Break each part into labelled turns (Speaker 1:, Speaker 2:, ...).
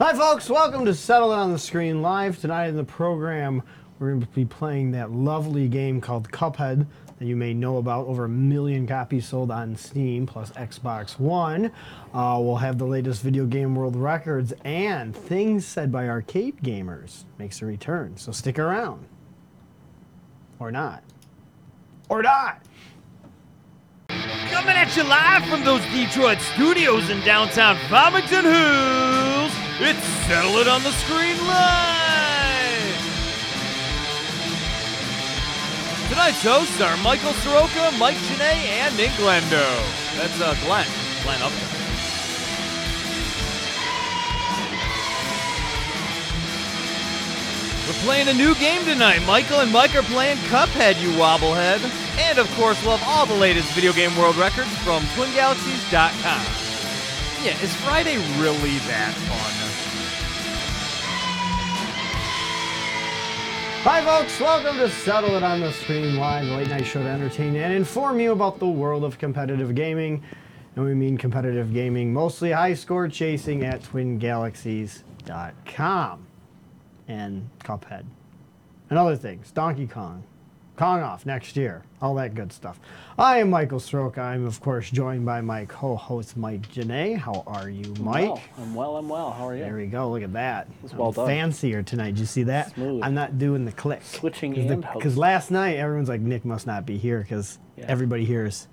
Speaker 1: Hi, folks. Welcome to Settle It on the Screen live. Tonight in the program, we're going to be playing that lovely game called Cuphead that you may know about. Over a million copies sold on Steam plus Xbox One. Uh, we'll have the latest video game world records and things said by arcade gamers makes a return. So stick around. Or not. Or not.
Speaker 2: Coming at you live from those Detroit studios in downtown Farmington Hills, it's Settle It on the Screen Live! Tonight's hosts are Michael Soroka, Mike Janae, and Nick Glendo. That's uh, Glenn. Glenn up there. We're playing a new game tonight. Michael and Mike are playing Cuphead, you wobblehead. And of course, we'll have all the latest video game world records from TwinGalaxies.com. Yeah, is Friday really that fun?
Speaker 1: Hi, folks. Welcome to Settle It on the Screen Live, the late night show to entertain and inform you about the world of competitive gaming. And we mean competitive gaming, mostly high score chasing at twingalaxies.com and Cuphead and other things. Donkey Kong, Kong Off next year, all that good stuff. I am Michael Stroka. I'm, of course, joined by my co host, Mike Janae. How are you, Mike?
Speaker 3: Well, I'm well. I'm well. How are you?
Speaker 1: There we go. Look at that.
Speaker 3: That's
Speaker 1: I'm
Speaker 3: well done.
Speaker 1: Fancier tonight. Did you see that?
Speaker 3: Smooth.
Speaker 1: I'm not doing the click.
Speaker 3: Switching and host.
Speaker 1: Because last night everyone's like Nick must not be here because
Speaker 3: Yeah.
Speaker 1: everybody hears.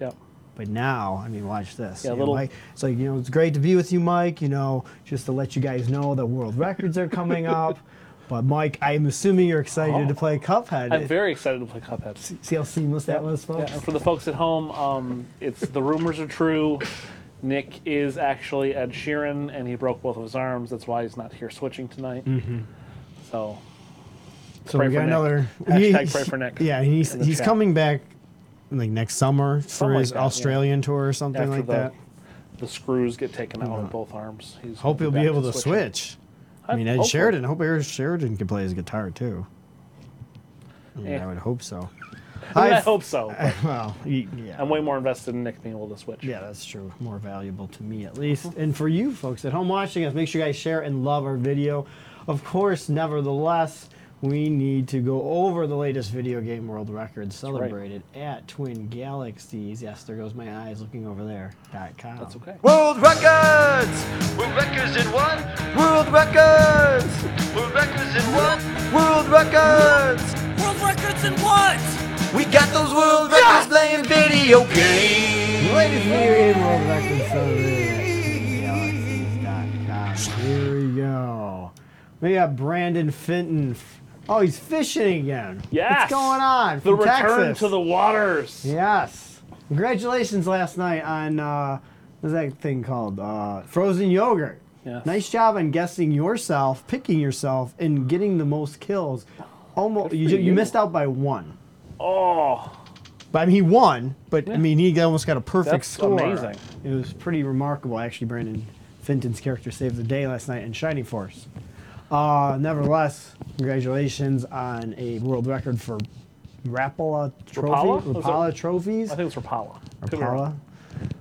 Speaker 3: Yep.
Speaker 1: But now, I mean, watch this.
Speaker 3: Yeah,
Speaker 1: you know,
Speaker 3: little-
Speaker 1: Mike, it's like you know, it's great to be with you, Mike. You know, just to let you guys know that world records are coming up. But Mike, I'm assuming you're excited to play Cuphead.
Speaker 3: Oh. I'm very excited to play Cuphead.
Speaker 1: See how seamless that was, folks.
Speaker 3: Yeah, and for the folks at home, um, it's the rumors are true. Nick is actually Ed Sheeran, and he broke both of his arms. That's why he's not here switching tonight. So
Speaker 1: Mm-hmm. So
Speaker 3: Pray
Speaker 1: we
Speaker 3: for
Speaker 1: got
Speaker 3: Nick.
Speaker 1: another
Speaker 3: Hashtag pray for Nick
Speaker 1: Yeah, he's
Speaker 3: in the
Speaker 1: he's
Speaker 3: chat.
Speaker 1: coming back like next summer for
Speaker 3: Something like
Speaker 1: his
Speaker 3: that, yeah.
Speaker 1: Australian tour or something
Speaker 3: after
Speaker 1: like
Speaker 3: the,
Speaker 1: that. Uh-huh.
Speaker 3: the screws get taken out of both arms, he's
Speaker 1: Hope
Speaker 3: gonna
Speaker 1: he'll be
Speaker 3: back
Speaker 1: able to
Speaker 3: switching.
Speaker 1: switch. I mean, Ed
Speaker 3: hopefully.
Speaker 1: Sheridan. I hope Ed Sheridan can play his guitar too. I, mean,
Speaker 3: Yeah.
Speaker 1: I would hope so.
Speaker 3: I, mean, I
Speaker 1: I've-
Speaker 3: hope so. but
Speaker 1: Well, y- yeah.
Speaker 3: I'm way more invested in Nick being able to switch.
Speaker 1: Yeah, that's true. More valuable to me, at least. And for you folks at home watching us, make sure you guys share and love our video. Of course, nevertheless, we need to go over the latest video game world records
Speaker 3: right.
Speaker 1: celebrated at Twin Galaxies. Yes, there goes my eyes looking over there. Dot com.
Speaker 3: That's okay.
Speaker 2: World records! World records in one! World records! World records in one! World records!
Speaker 4: World records in what?
Speaker 2: We got those world records playing video games!
Speaker 1: The latest video game world records celebrated at TwinGalaxies.com. Here we go. We got Brandon Fenton. Oh, he's fishing again. What's
Speaker 3: Yes!
Speaker 1: going on?
Speaker 3: The
Speaker 1: From
Speaker 3: return
Speaker 1: Texas.
Speaker 3: to the waters.
Speaker 1: Yes. Congratulations last night on uh, what's that thing called? Uh, frozen yogurt.
Speaker 3: Yes.
Speaker 1: Nice job on guessing yourself, picking yourself, and getting the most kills. Almost, you,
Speaker 3: for
Speaker 1: ju- you
Speaker 3: you.
Speaker 1: missed out by one.
Speaker 3: Oh.
Speaker 1: But I mean, he won. But I mean, he almost got a perfect
Speaker 3: That's
Speaker 1: score.
Speaker 3: amazing.
Speaker 1: It was pretty remarkable, actually. Brandon Fenton's character saved the day last night in Shining Force. Uh, nevertheless, congratulations on a world record for Rapala Trophy.
Speaker 3: Rapala? Was it-
Speaker 1: Rapala trophies.
Speaker 3: I think it was Rapala. Could be wrong.
Speaker 1: Impala.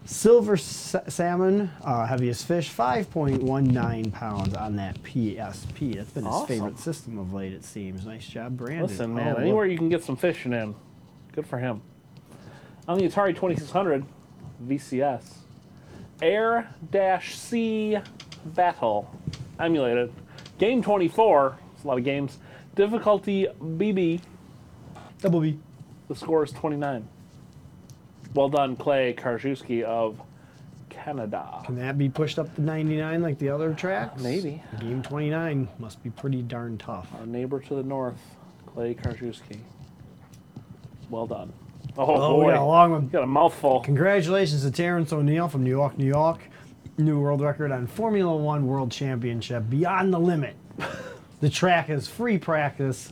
Speaker 1: Silver s- salmon, uh, heaviest fish, 5.19 pounds on that PSP. That's been his
Speaker 3: Awesome.
Speaker 1: favorite system of late, it seems. Nice job, Brandon.
Speaker 3: Listen, man,
Speaker 1: Oh,
Speaker 3: anywhere
Speaker 1: look.
Speaker 3: you can get some fishing in, good for him. On the Atari 2600 VCS, Air Dash C Battle emulated. Game 24, it's a lot of games. Difficulty BB,
Speaker 1: Double B.
Speaker 3: the score is 29. Well done, Clay Karzewski of Canada.
Speaker 1: Can that be pushed up to 99 like the other tracks?
Speaker 3: Maybe.
Speaker 1: Game 29 must be pretty darn tough.
Speaker 3: Our neighbor to the north, Clay Karzewski. Well done. Oh,
Speaker 1: Oh, we
Speaker 3: boy.
Speaker 1: got a long one.
Speaker 3: Got a mouthful.
Speaker 1: Congratulations to Terrence O'Neill from New York, New York. New world record on Formula One World Championship beyond the limit. the track is free practice.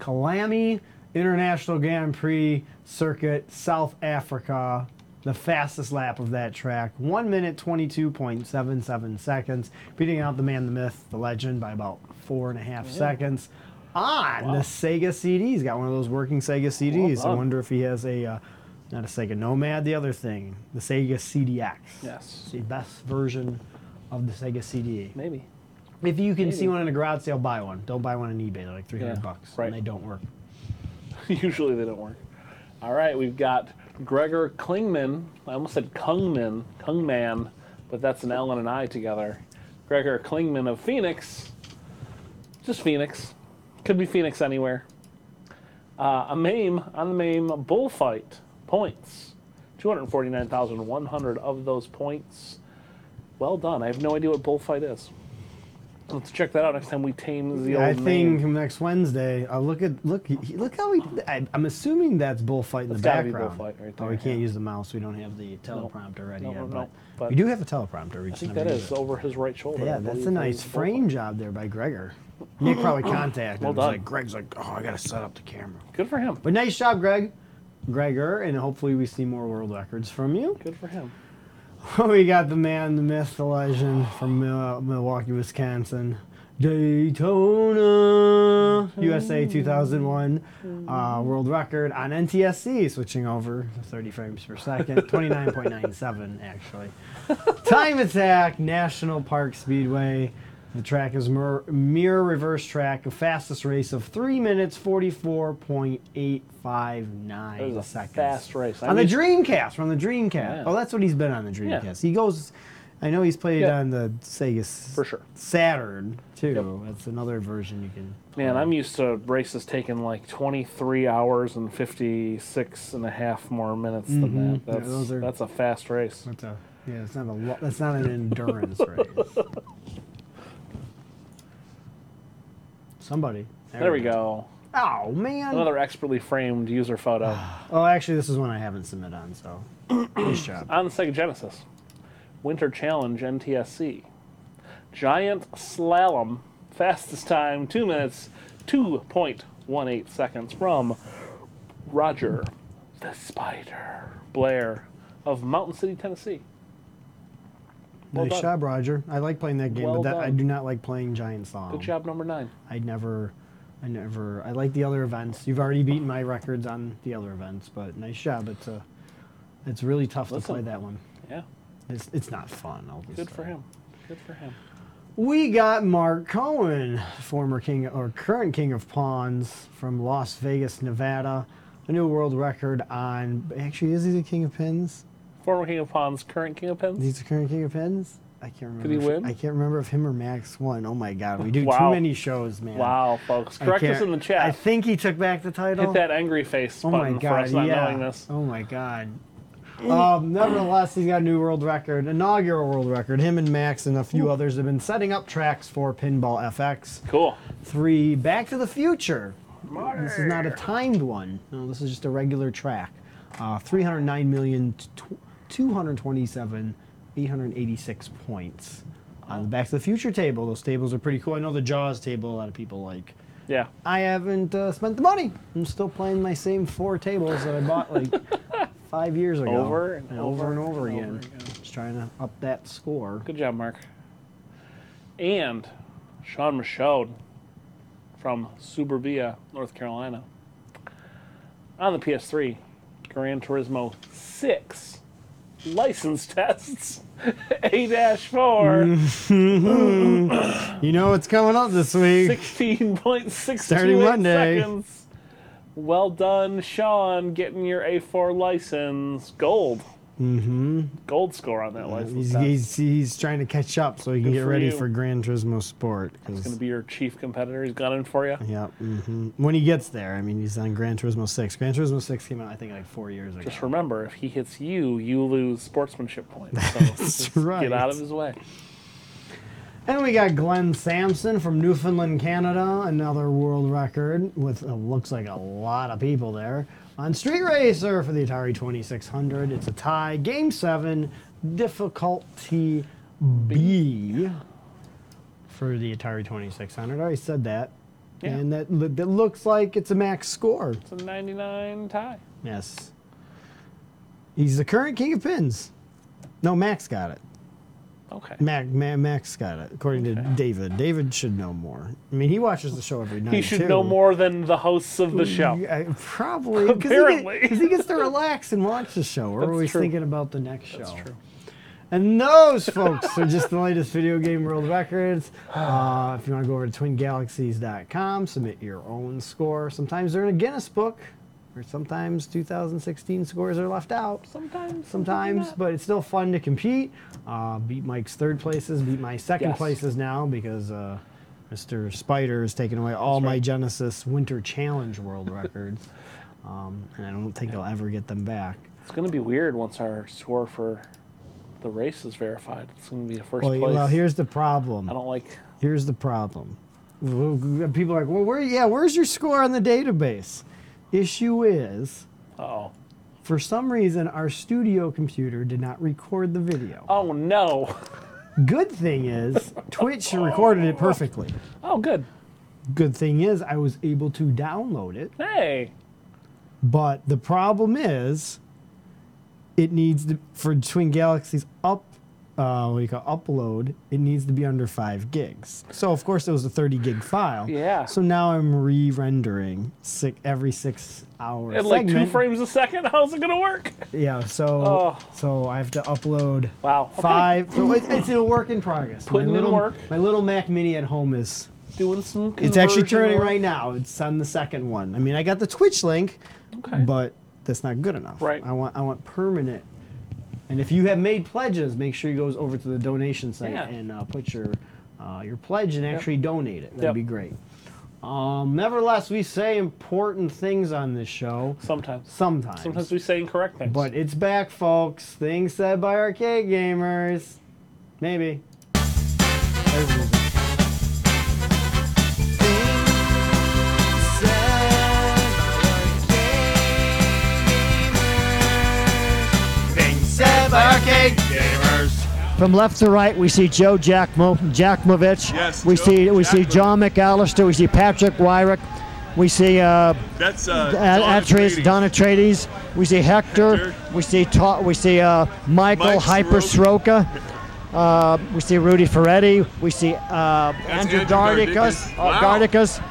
Speaker 1: Kalami International Grand Prix Circuit, South Africa. The fastest lap of that track, 1 minute 22.77 seconds, beating out the man, the myth, the legend by about four and a half seconds. On the Sega CD, he's got one of those working Sega CDs. I
Speaker 3: done.
Speaker 1: wonder if he has a, uh, not a Sega Nomad, the other thing, the Sega CDX.
Speaker 3: Yes.
Speaker 1: It's the best version of the Sega CD.
Speaker 3: Maybe.
Speaker 1: If you can see one in a garage sale, buy one. Don't buy one on eBay. They're like 300
Speaker 3: Yeah,
Speaker 1: bucks.
Speaker 3: right.
Speaker 1: And they don't work.
Speaker 3: Usually they don't work. All right, we've got Gregor Klingman. I almost said Kungman, Kungman, but that's an L and an I together. Gregor Klingman of Phoenix. Just Phoenix. Could be Phoenix anywhere. Uh, a MAME on the MAME bullfight points. 249,100 of those points. Well done. I have no idea what bullfight is. Let's check that out next time we tame the
Speaker 1: I
Speaker 3: old
Speaker 1: think
Speaker 3: MAME.
Speaker 1: next Wednesday. I look at look he- look how he. I, I'm assuming that's bullfight in
Speaker 3: That's
Speaker 1: the
Speaker 3: gotta be
Speaker 1: background.
Speaker 3: bullfight right
Speaker 1: Oh, we
Speaker 3: there,
Speaker 1: can't use the mouse. We don't have the teleprompter ready
Speaker 3: No,
Speaker 1: yet.
Speaker 3: no,
Speaker 1: but,
Speaker 3: no, but-
Speaker 1: we do have a teleprompter. We
Speaker 3: I
Speaker 1: just
Speaker 3: think
Speaker 1: never
Speaker 3: that
Speaker 1: use
Speaker 3: is
Speaker 1: it.
Speaker 3: over his right shoulder. I
Speaker 1: Yeah,
Speaker 3: believe
Speaker 1: that's a nice
Speaker 3: bullfight.
Speaker 1: frame job there by Gregor. Nick probably contacted
Speaker 3: Well
Speaker 1: him. He's
Speaker 3: done.
Speaker 1: like, Greg's like, oh, I gotta set up the camera.
Speaker 3: Good for him.
Speaker 1: But nice job, Greg. Gregor, and hopefully we see more world records from you.
Speaker 3: Good for him.
Speaker 1: we got the man, the myth, the legend from Mil- Milwaukee, Wisconsin. Daytona USA
Speaker 3: Hmm.
Speaker 1: 2001 uh, world record on NTSC, switching over 30 frames per second, 29.97 actually. Time Attack National Park Speedway. The track is mer- mirror reverse track, the fastest race of 3 minutes 44.859
Speaker 3: It was a
Speaker 1: seconds
Speaker 3: fast race. I
Speaker 1: on the
Speaker 3: mean,
Speaker 1: Dreamcast, from the Dreamcast. Oh, that's what he's been on the
Speaker 3: Yeah.
Speaker 1: Dreamcast. He goes. I know he's played
Speaker 3: Yeah.
Speaker 1: on the Sega S-
Speaker 3: For sure.
Speaker 1: Saturn too. That's another version you can.
Speaker 3: Man, I'm used to races taking like 23 hours and 56 and a half more minutes than that.
Speaker 1: Mm-hmm. Yeah,
Speaker 3: That's,
Speaker 1: those are-
Speaker 3: that's a fast race.
Speaker 1: That's a, yeah, it's not a. Lo- that's not an endurance race. Somebody.
Speaker 3: There we go.
Speaker 1: Oh man.
Speaker 3: Another expertly framed user photo
Speaker 1: Oh, actually, this is one I haven't submitted on. So, nice job.
Speaker 3: on the Sega Genesis. Winter Challenge NTSC. Giant slalom. Fastest time, 2 minutes, 2.18 seconds from Roger the Spider Blair of Mountain City, Tennessee. well
Speaker 1: nice
Speaker 3: done.
Speaker 1: job, Roger. I like playing that game,
Speaker 3: Well
Speaker 1: but that, I
Speaker 3: done.
Speaker 1: do not like playing Giant Song.
Speaker 3: Good job, number nine.
Speaker 1: I never, I never, I like the other events. You've already beaten my records on the other events, but nice job. It's a, it's really tough to
Speaker 3: Listen.
Speaker 1: play that one.
Speaker 3: Yeah,
Speaker 1: It's, it's not fun. I'll just
Speaker 3: good
Speaker 1: say.
Speaker 3: for him. Good for him.
Speaker 1: We got Mark Cohen, former king or current king of pawns from Las Vegas, Nevada. A new world record on actually is he the king of pins?
Speaker 3: Former King of Pawns, current King of Pins.
Speaker 1: He's the current king of pins. I can't remember.
Speaker 3: he
Speaker 1: if-
Speaker 3: win?
Speaker 1: I can't remember if him or Max won. Oh my god, we do too
Speaker 3: Wow.
Speaker 1: many shows, man.
Speaker 3: Wow, folks.
Speaker 1: I
Speaker 3: Correct us
Speaker 1: can't-
Speaker 3: in the chat.
Speaker 1: I think he took back the title.
Speaker 3: Hit that angry face
Speaker 1: Oh my
Speaker 3: button for
Speaker 1: god!
Speaker 3: us not
Speaker 1: yeah.
Speaker 3: knowing this.
Speaker 1: Oh my god. Um, nevertheless, he's got a new world record, inaugural world record. Him and Max and a few others have been setting up tracks for Pinball FX
Speaker 3: Cool.
Speaker 1: three Back to the Future. This is not a timed one. No, this is just a regular track. Uh, 309 million 227 886 points on the Back to the Future table. Those tables are pretty cool. I know the Jaws table. A lot of people like.
Speaker 3: Yeah.
Speaker 1: I haven't uh, spent the money. I'm still playing my same four tables that I bought like five years ago.
Speaker 3: Over and
Speaker 1: over
Speaker 3: over
Speaker 1: and over
Speaker 3: and
Speaker 1: again.
Speaker 3: over again.
Speaker 1: Just trying to up that score.
Speaker 3: Good job, Mark. And Sean Michaud from Suburbia, North Carolina. On the PS3, Gran Turismo 6 license tests A 4,
Speaker 1: You know what's coming up this week.
Speaker 3: 16.6
Speaker 1: Starting Monday.
Speaker 3: seconds. Well done, Sean, getting your A4 license. Gold. Mm-hmm. Gold score on that license.
Speaker 1: He's,
Speaker 3: test.
Speaker 1: he's, he's trying to catch up so he can
Speaker 3: Good
Speaker 1: get
Speaker 3: for
Speaker 1: ready
Speaker 3: you.
Speaker 1: for Gran Turismo Sport. 'cause-
Speaker 3: Gonna be your chief competitor. He's gunning for you.
Speaker 1: yeah, mhm. when he gets there, I mean, he's on Gran Turismo 6. Gran Turismo 6 came out, I think, like four years ago.
Speaker 3: Just remember, if he hits you, you lose sportsmanship points. So just
Speaker 1: right.
Speaker 3: Get out of his way.
Speaker 1: And we got Glenn Sampson from Newfoundland, Canada, another world record with uh, looks like a lot of people there on Street Racer for the Atari 2600. It's a tie, game seven, difficulty B for the Atari 2600. I already said that.
Speaker 3: Yeah.
Speaker 1: And that, lo- that looks like it's a max score.
Speaker 3: It's a 99 tie.
Speaker 1: Yes. He's the current king of pins. No, Max got it.
Speaker 3: Okay.
Speaker 1: Mac, Ma- Max got it, according to David. David should know more. I mean, he watches the show every night.
Speaker 3: He should
Speaker 1: too.
Speaker 3: know more than the hosts of the show.
Speaker 1: Yeah, probably. 'cause he get-
Speaker 3: Apparently.
Speaker 1: 'cause he, gets to relax and watch the show. We're
Speaker 3: That's
Speaker 1: always
Speaker 3: true.
Speaker 1: thinking about the next show.
Speaker 3: That's true.
Speaker 1: And those folks are just the latest video game world records. Uh, if you want to go over to twingalaxies.com, submit your own score. Sometimes they're in a Guinness book, or sometimes 2016 scores are left out.
Speaker 3: Sometimes.
Speaker 1: Sometimes, but it's still fun to compete. Uh, beat Mike's third places, beat my second
Speaker 3: Yes.
Speaker 1: places now because uh, Mr. Spider has taken away all my Genesis Winter Challenge world records. Um, and I don't think I'll ever get them back.
Speaker 3: It's gonna be weird once our score for the race is verified. It's gonna be a first
Speaker 1: Well,
Speaker 3: place.
Speaker 1: well, here's the problem.
Speaker 3: I don't like.
Speaker 1: Here's the problem. People are like, well, where? Yeah, where's your score on the database? Issue is,
Speaker 3: Oh.
Speaker 1: for some reason, our studio computer did not record the video.
Speaker 3: Oh no.
Speaker 1: Good thing is, Twitch recorded it perfectly.
Speaker 3: Oh good.
Speaker 1: Good thing is, I was able to download it.
Speaker 3: Hey.
Speaker 1: But the problem is, it needs to for Twin Galaxies up. Uh, what do you call upload? It needs to be under five gigs. So of course it was a thirty gig file.
Speaker 3: Yeah.
Speaker 1: So now I'm re-rendering six, every six hour
Speaker 3: At like
Speaker 1: segment.
Speaker 3: two frames a second. How's it gonna work?
Speaker 1: Yeah. So
Speaker 3: Oh.
Speaker 1: so I have to upload
Speaker 3: Wow. Okay.
Speaker 1: five. So it, it's a work in progress.
Speaker 3: Putting in
Speaker 1: my little
Speaker 3: work.
Speaker 1: my little Mac Mini at home is
Speaker 3: Doing some.
Speaker 1: it's actually
Speaker 3: conversion
Speaker 1: turning
Speaker 3: work.
Speaker 1: right now. It's on the second one. I mean, I got the Twitch link,
Speaker 3: Okay.
Speaker 1: but that's not good enough.
Speaker 3: Right.
Speaker 1: I want I want permanent. And if you have made pledges, make sure you goes over to the donation site
Speaker 3: Yeah.
Speaker 1: and uh, put your uh, your pledge and actually donate it. That'd
Speaker 3: Yep.
Speaker 1: be great. Um, nevertheless, we say important things on this show
Speaker 3: Sometimes.
Speaker 1: sometimes.
Speaker 3: Sometimes we say incorrect things.
Speaker 1: But it's back, folks. Things said by arcade gamers. Maybe. Everybody's- From left to right, we see Joe Jackmo, Jackmovich.
Speaker 5: Yes,
Speaker 1: we
Speaker 5: Joe
Speaker 1: see we see
Speaker 5: Jackmovich.
Speaker 1: John McAllister. We see Patrick Wyrick. We see uh,
Speaker 5: That's uh,
Speaker 1: At-
Speaker 5: Don
Speaker 1: Atreus,
Speaker 5: Atreides.
Speaker 1: Don Atreides. We see Hector.
Speaker 5: Hector.
Speaker 1: We see Ta- we see uh, Michael
Speaker 5: Mike
Speaker 1: Hyper Soroka. Uh, we see Rudy Ferretti. We see uh, Andrew,
Speaker 5: Andrew
Speaker 1: Garnicus.
Speaker 5: Garnicus.
Speaker 1: Uh,
Speaker 5: Wow.
Speaker 1: Garnicus.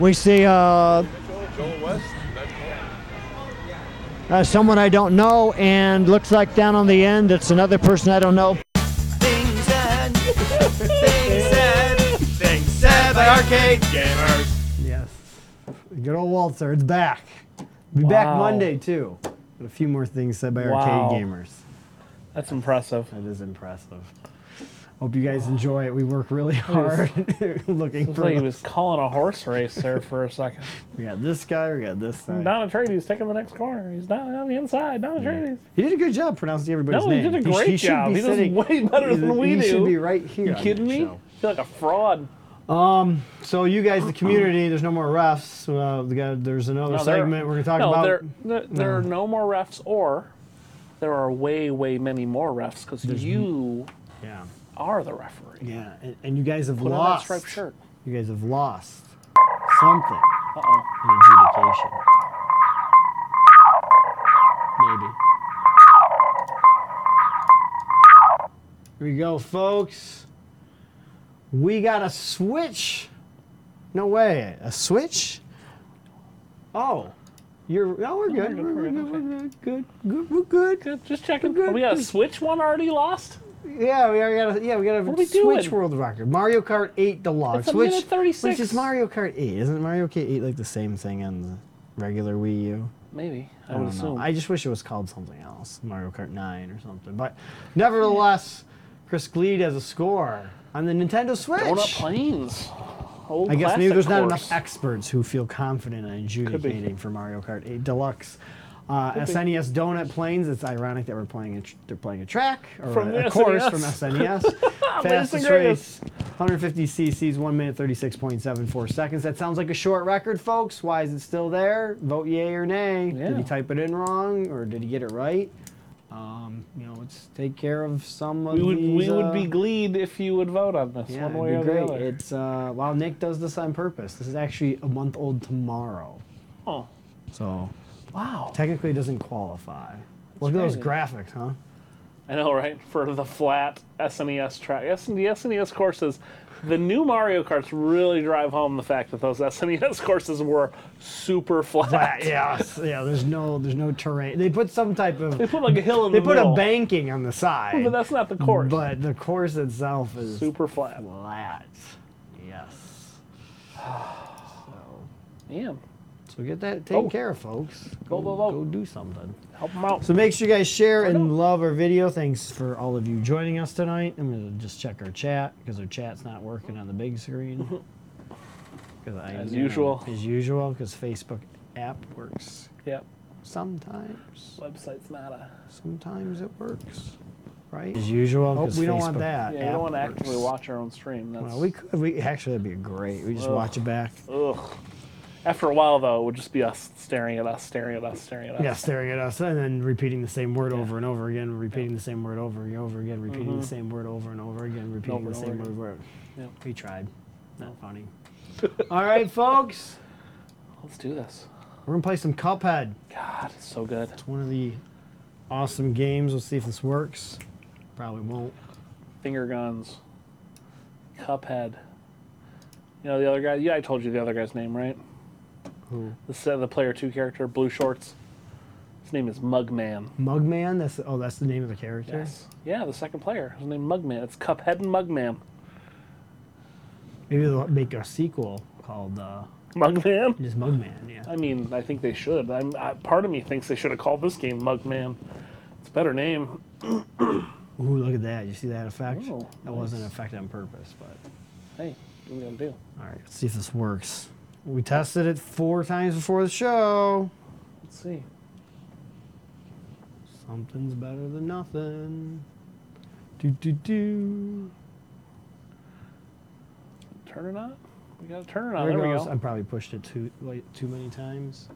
Speaker 1: We see uh,
Speaker 5: Joel West. That's
Speaker 1: uh, someone I don't know, and looks like down on the end, it's another person I don't know.
Speaker 2: Things said, things said, things said by arcade gamers.
Speaker 1: Yes. Good old Walter, it's back. Be back
Speaker 3: Wow.
Speaker 1: Monday too. Got a few more things said by
Speaker 3: Wow.
Speaker 1: arcade gamers.
Speaker 3: That's impressive.
Speaker 1: That is impressive. Hope you guys enjoy it. We work really hard looking
Speaker 3: Looks
Speaker 1: for
Speaker 3: like he was calling a horse race there for a second.
Speaker 1: We got this guy, we got this guy.
Speaker 3: Don Atreides taking the next corner. He's down on the inside. Don Atreides.
Speaker 1: He did a good job pronouncing everybody's
Speaker 3: No, he
Speaker 1: name.
Speaker 3: did a
Speaker 1: sh-
Speaker 3: great
Speaker 1: should
Speaker 3: job.
Speaker 1: be
Speaker 3: He does
Speaker 1: sitting-
Speaker 3: way better
Speaker 1: he-
Speaker 3: than we
Speaker 1: He should
Speaker 3: do.
Speaker 1: be right here.
Speaker 3: You
Speaker 1: on
Speaker 3: kidding
Speaker 1: this
Speaker 3: me?
Speaker 1: show.
Speaker 3: I feel like a fraud.
Speaker 1: So you guys, the community, there's no more refs. Uh, we got- there's another
Speaker 3: No, there-
Speaker 1: segment we're gonna talk
Speaker 3: no,
Speaker 1: about.
Speaker 3: There, there, there are no more refs, or there are way, way many more refs because you
Speaker 1: yeah,
Speaker 3: are the referee.
Speaker 1: yeah, and, and you guys have
Speaker 3: Put on that
Speaker 1: lost.
Speaker 3: striped shirt.
Speaker 1: You guys have lost something
Speaker 3: Uh oh.
Speaker 1: in adjudication. Maybe. Here we go, folks. We got a switch. No way, a switch. Oh, you're. No, we're good.
Speaker 3: good,
Speaker 1: We're,
Speaker 3: we're
Speaker 1: we're
Speaker 3: good,
Speaker 1: good. We're good. Good. Good. We're good.
Speaker 3: Good. Just checking.
Speaker 1: Good.
Speaker 3: Oh, we got a Switch one already lost?
Speaker 1: Yeah, we already got. A, yeah, we got a
Speaker 3: are we
Speaker 1: Switch
Speaker 3: doing?
Speaker 1: World Record. Mario Kart 8 Deluxe.
Speaker 3: It's a
Speaker 1: which,
Speaker 3: minute 36.
Speaker 1: Which is Mario Kart 8. Isn't Mario Kart 8 like the same thing on the regular Wii U?
Speaker 3: Maybe. I,
Speaker 1: I
Speaker 3: would
Speaker 1: don't know.
Speaker 3: assume.
Speaker 1: I just wish it was called something else, Mario Kart 9 or something. But nevertheless, Chris Gleed has a score on the Nintendo Switch.
Speaker 3: Donut planes. Old
Speaker 1: I guess maybe
Speaker 3: classic
Speaker 1: there's not
Speaker 3: course.
Speaker 1: enough experts who feel confident in adjudicating for Mario Kart 8 Deluxe. Uh, SNES Donut Planes. It's ironic that we're playing a tr- they're playing a track or
Speaker 3: From E
Speaker 1: a, a
Speaker 3: the
Speaker 1: course
Speaker 3: SNES.
Speaker 1: from SNES. Fastest race,
Speaker 3: greatest.
Speaker 1: 150 cc's, one minute 36.74 seconds. That sounds like a short record, folks. Why is it still there? Vote yay or nay. Did
Speaker 3: Yeah.
Speaker 1: he type it in wrong or did he get it right? Um, you know, let's take care of some of
Speaker 3: We would,
Speaker 1: these.
Speaker 3: we would
Speaker 1: uh,
Speaker 3: be gleed if you would vote on this
Speaker 1: yeah,
Speaker 3: one
Speaker 1: it'd
Speaker 3: way
Speaker 1: be
Speaker 3: or
Speaker 1: great.
Speaker 3: the other.
Speaker 1: It's uh, wow. Nick does this on purpose. This is actually a month old tomorrow,
Speaker 3: oh,
Speaker 1: so
Speaker 3: wow.
Speaker 1: technically it doesn't qualify. Look at those
Speaker 3: crazy.
Speaker 1: graphics, huh?
Speaker 3: I know, right? For the flat SNES track. SN- the SNES courses, the new Mario Karts really drive home the fact that those SNES courses were super flat.
Speaker 1: But yeah, s- yeah. There's no, there's no terrain. They put some type of,
Speaker 3: They put like a hill in
Speaker 1: they
Speaker 3: the
Speaker 1: put
Speaker 3: middle.
Speaker 1: a banking on the
Speaker 3: But
Speaker 1: side,
Speaker 3: that's not the course.
Speaker 1: but the course itself is
Speaker 3: super flat.
Speaker 1: flat. Yes.
Speaker 3: Yeah.
Speaker 1: So get that taken
Speaker 3: Oh.
Speaker 1: care of, folks.
Speaker 3: Go, go, go.
Speaker 1: Go do something.
Speaker 3: Help them out.
Speaker 1: So make sure you guys share
Speaker 3: no.
Speaker 1: and love our video. Thanks for all of you joining us tonight. I'm gonna just check our chat because our chat's not working on the big screen. 'Cause I-
Speaker 3: As
Speaker 1: you know,
Speaker 3: usual.
Speaker 1: As usual, because Facebook app works
Speaker 3: Yep.
Speaker 1: sometimes.
Speaker 3: Website's not a.
Speaker 1: Sometimes it works, right? As usual.
Speaker 6: Oh,
Speaker 1: 'cause
Speaker 6: we don't want
Speaker 1: Facebook
Speaker 6: that.
Speaker 3: Yeah, we don't want to
Speaker 1: app works.
Speaker 3: actively watch our own stream. That's,
Speaker 1: Well, we could. We actually that'd be great. We just
Speaker 3: Ugh.
Speaker 1: watch it back.
Speaker 3: Ugh. After a while, though, it would just be us staring at us, staring at us, staring at us.
Speaker 1: Yeah, staring at us and then repeating the same word over and over again, repeating the same word over and over again, repeating the same word over and over again, repeating
Speaker 3: Mm-hmm. Over
Speaker 1: the same
Speaker 3: and over
Speaker 1: word.
Speaker 3: again.
Speaker 1: word.
Speaker 3: Yep.
Speaker 1: We tried. Not funny. All right, folks.
Speaker 3: Let's do this.
Speaker 1: We're going to play some Cuphead.
Speaker 3: God, it's so good.
Speaker 1: It's one of the awesome games. We'll see if this works. Probably won't.
Speaker 3: Finger guns. Cuphead. You know the other guy? Yeah, I told you the other guy's name, right?
Speaker 1: Who?
Speaker 3: The set the player two character, blue shorts. His name is Mugman.
Speaker 1: Mugman? That's Oh, that's the name of the character?
Speaker 3: Yeah, the second player. His name Mugman. It's Cuphead and Mugman.
Speaker 1: Maybe they'll make a sequel called uh,
Speaker 3: Mugman?
Speaker 1: just Mugman, yeah.
Speaker 3: I mean, I think they should. I'm, I, part of me thinks they should have called this game Mugman. It's a better name.
Speaker 1: Ooh, look at that. You see that effect?
Speaker 3: Oh,
Speaker 1: that wasn't an effect on purpose, but...
Speaker 3: Hey, what are we gonna do?
Speaker 1: All right, let's see if this works. We tested it four times before the show.
Speaker 3: Let's see.
Speaker 1: Something's better than nothing. Do do do.
Speaker 3: Turn it on. We gotta turn it on.
Speaker 1: There,
Speaker 3: Ah, There,
Speaker 1: it
Speaker 3: we
Speaker 1: goes.
Speaker 3: go.
Speaker 1: I probably pushed it too like too many times.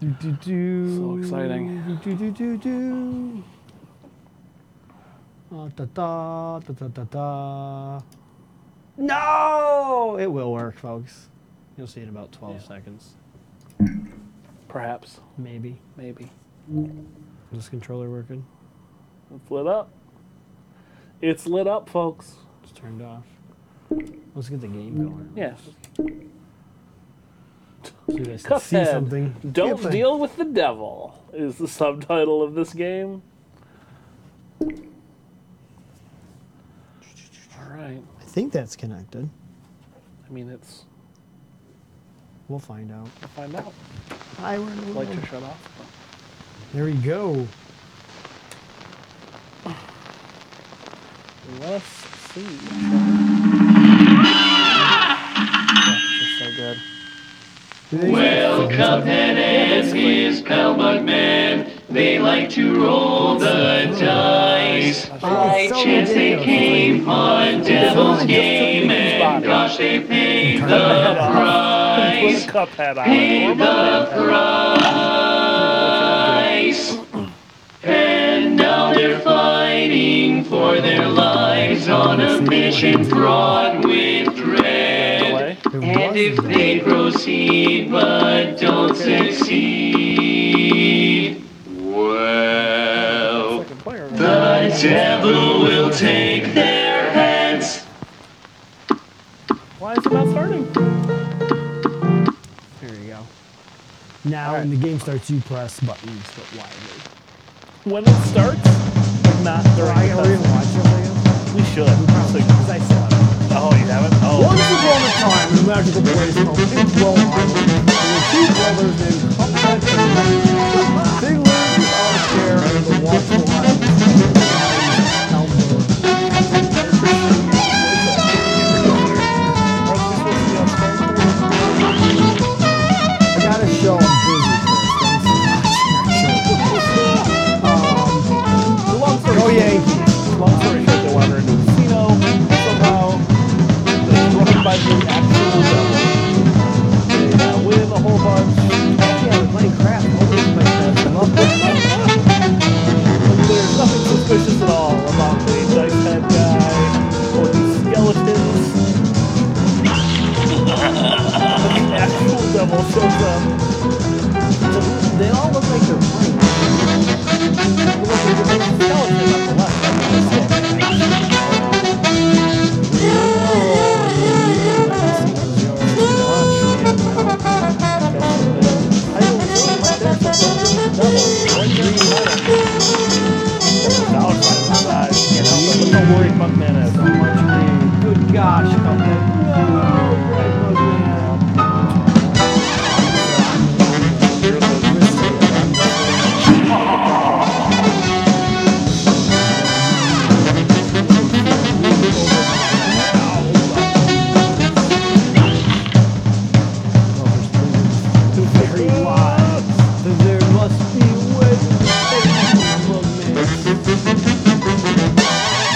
Speaker 1: Do do do.
Speaker 3: So exciting.
Speaker 1: Do do do do. Ah, da, da, da, da, da, da. No, it will work, folks. You'll see in about 12
Speaker 3: Yeah.
Speaker 1: seconds,
Speaker 3: Perhaps.
Speaker 1: maybe.
Speaker 3: Maybe.
Speaker 1: Is this controller working?
Speaker 3: It's lit up. It's lit up, folks.
Speaker 1: It's turned off. Let's get the game going.
Speaker 3: Yeah.
Speaker 1: So you guys can see
Speaker 3: Cuphead.
Speaker 1: something.
Speaker 3: Don't
Speaker 1: Yeah,
Speaker 3: deal with the devil is the subtitle of this game. All right.
Speaker 1: I think that's connected.
Speaker 3: I mean, it's.
Speaker 1: We'll find out.
Speaker 3: We'll find out.
Speaker 1: I
Speaker 3: I'd
Speaker 1: will
Speaker 3: like to shut off.
Speaker 1: There you go.
Speaker 3: but Let's see. Yeah, it's so good.
Speaker 7: Well, Cuphead and his pal Mugman, they like to roll the dice. By
Speaker 1: so
Speaker 7: chance they
Speaker 1: ridiculous.
Speaker 7: came on Devil's Game, and gosh, they paid the
Speaker 3: Put
Speaker 7: price.
Speaker 3: a cup hat on.
Speaker 7: Pay the price. And now they're fighting for their lives on a mission fraught with dread.
Speaker 3: Away.
Speaker 1: It
Speaker 7: And if
Speaker 1: wasn't.
Speaker 7: they proceed but don't succeed, well,
Speaker 3: Second player.
Speaker 7: the devil will take their heads.
Speaker 3: Why is it not starting?
Speaker 1: There you go. Now
Speaker 3: Alright.
Speaker 1: when the game starts, you press buttons, but widely.
Speaker 3: When it starts, but not
Speaker 1: So
Speaker 3: during
Speaker 1: I
Speaker 3: the
Speaker 1: gotta
Speaker 3: test.
Speaker 1: watch it later.
Speaker 3: We should.
Speaker 1: Probably, 'cause I said it.
Speaker 3: Oh, you haven't? Oh.
Speaker 1: Once upon a time, in magical place called Big Blow Island, there were two brothers named Cuphead and Mugman. They lived without a care and the watchful eyes of the I gotta show I'm busy first. Thanks for watching our show. Um, go Yankees.
Speaker 3: Long story short, they wander into a casino. Somehow, they're run by the actual devil. They uh, win One minute.
Speaker 1: So much pain. Good gosh, Cuphead. No, Greg Logan. Very wise. There must be ways.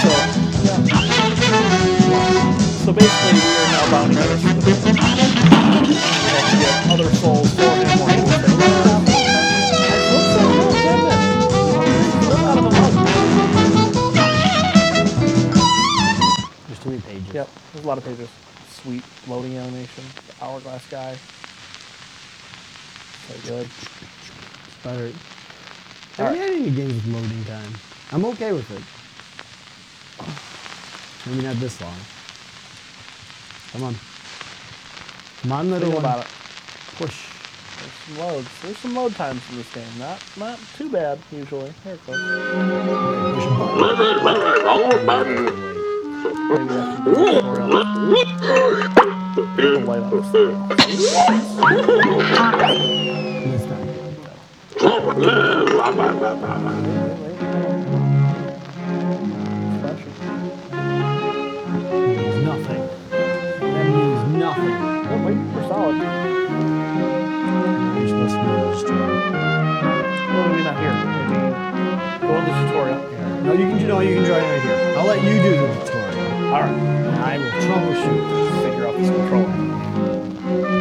Speaker 1: Love, man.
Speaker 3: So, so basically, we are now bound together through the veil. We have to get other souls for him or he will fail us.
Speaker 6: There's too many pages.
Speaker 3: Yep, there's a lot of pages. Sweet floating animation. The hourglass guy. So good.
Speaker 1: Alright. I haven't had any games with loading time. I'm okay with it. Maybe not this long. Come on. Come on, little
Speaker 3: Think
Speaker 1: one.
Speaker 3: about it.
Speaker 1: Push.
Speaker 3: There's some loads. There's some load times in this game. Not not too bad usually. Here it goes.
Speaker 1: Push a button.
Speaker 3: Maybe that's the tutorial. The light on this thing.
Speaker 1: That's not good.
Speaker 3: Flashing.
Speaker 1: That means nothing. That means nothing.
Speaker 3: Oh, wait, we're solid.
Speaker 1: You're supposed to be able to destroy.
Speaker 3: Well, maybe not here. Maybe go in the tutorial.
Speaker 1: No, you can, no, you can draw it right here. I'll let you do the tutorial.
Speaker 3: All right.
Speaker 1: I will troubleshoot.
Speaker 3: Figure out this controller.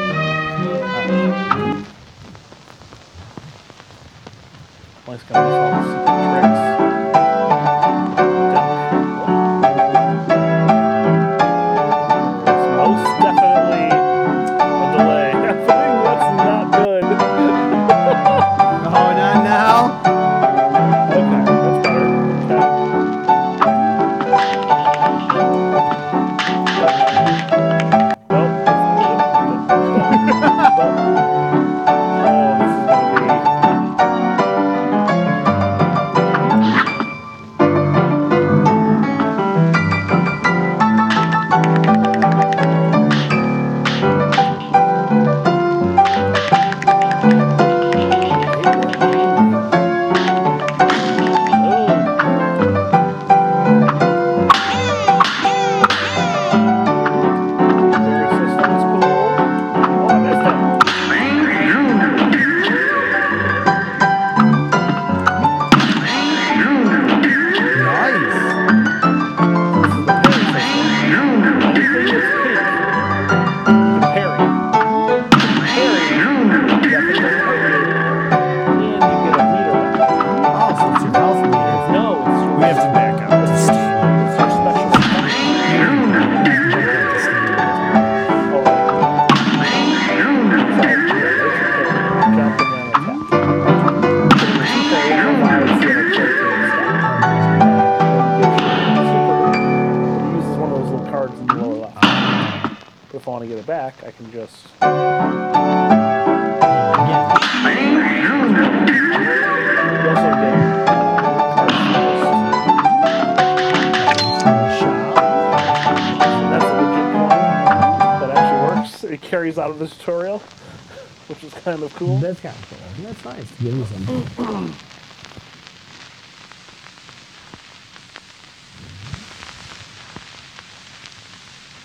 Speaker 3: Let's go. Solve secret tricks. Most definitely a delay. I think that's not good.
Speaker 1: Oh, not now.
Speaker 3: Okay, that's better. Okay. Well, oh, this is gonna be. Oh. Your system's cool. Oh, I missed it.
Speaker 1: Nice. Oh, so it's your health meter. We have to back up. to Steam.
Speaker 3: If I want to get it back, I can just.
Speaker 1: Yeah.
Speaker 3: You also get uh, cards from this.
Speaker 1: Shop.
Speaker 3: That's a legit coin that actually works. It carries out of the tutorial, which is kind of cool.
Speaker 1: That's kind of cool. That's nice. Give me something.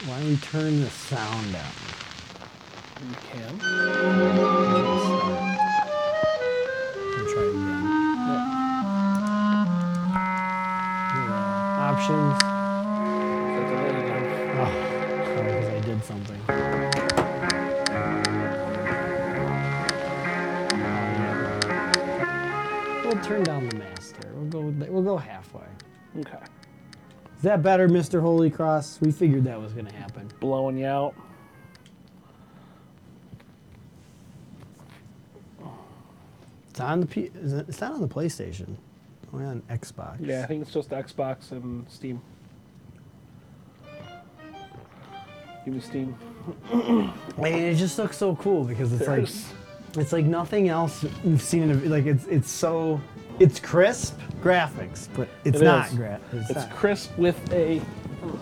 Speaker 1: Why don't we turn the sound down?
Speaker 3: You can.
Speaker 1: I'll try it again. Yeah, Options. Oh, because I did something. Oh, yeah. We'll turn down the master. We'll go. with- We'll go halfway.
Speaker 3: Okay.
Speaker 1: Is that better, Mr. Holy Cross? We figured that was gonna happen.
Speaker 3: Blowing you out.
Speaker 1: It's on the P. Is it, it's not on the PlayStation. Only on Xbox.
Speaker 3: Yeah, I think it's just Xbox and Steam. Give me Steam.
Speaker 1: And it just looks so cool because it's like
Speaker 3: There's-
Speaker 1: it's like nothing else we've seen. In a, like it's it's so It's crisp graphics, but it's
Speaker 3: It
Speaker 1: not
Speaker 3: is.
Speaker 1: gra- It's,
Speaker 3: It's
Speaker 1: not.
Speaker 3: crisp with a,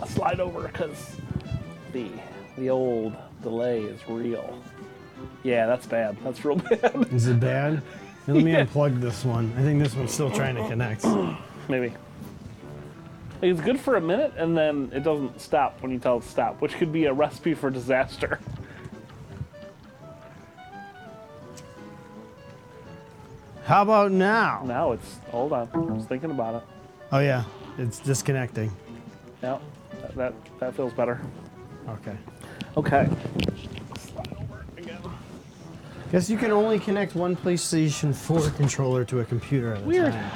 Speaker 3: a slide over because the the old delay is real. Yeah, that's bad. That's real bad.
Speaker 1: Is it bad? Let me unplug this one. I think this one's still trying to connect.
Speaker 3: Maybe. Like, It's good for a minute and then it doesn't stop when you tell it to stop, which could be a recipe for disaster.
Speaker 1: How about now?
Speaker 3: Now it's hold on. I was thinking about it.
Speaker 1: Oh yeah, it's disconnecting.
Speaker 3: Yeah, that that, that feels better.
Speaker 1: Okay.
Speaker 3: Okay.
Speaker 1: Guess you can only connect one PlayStation 4 controller to a computer at a
Speaker 3: Weird.
Speaker 1: time.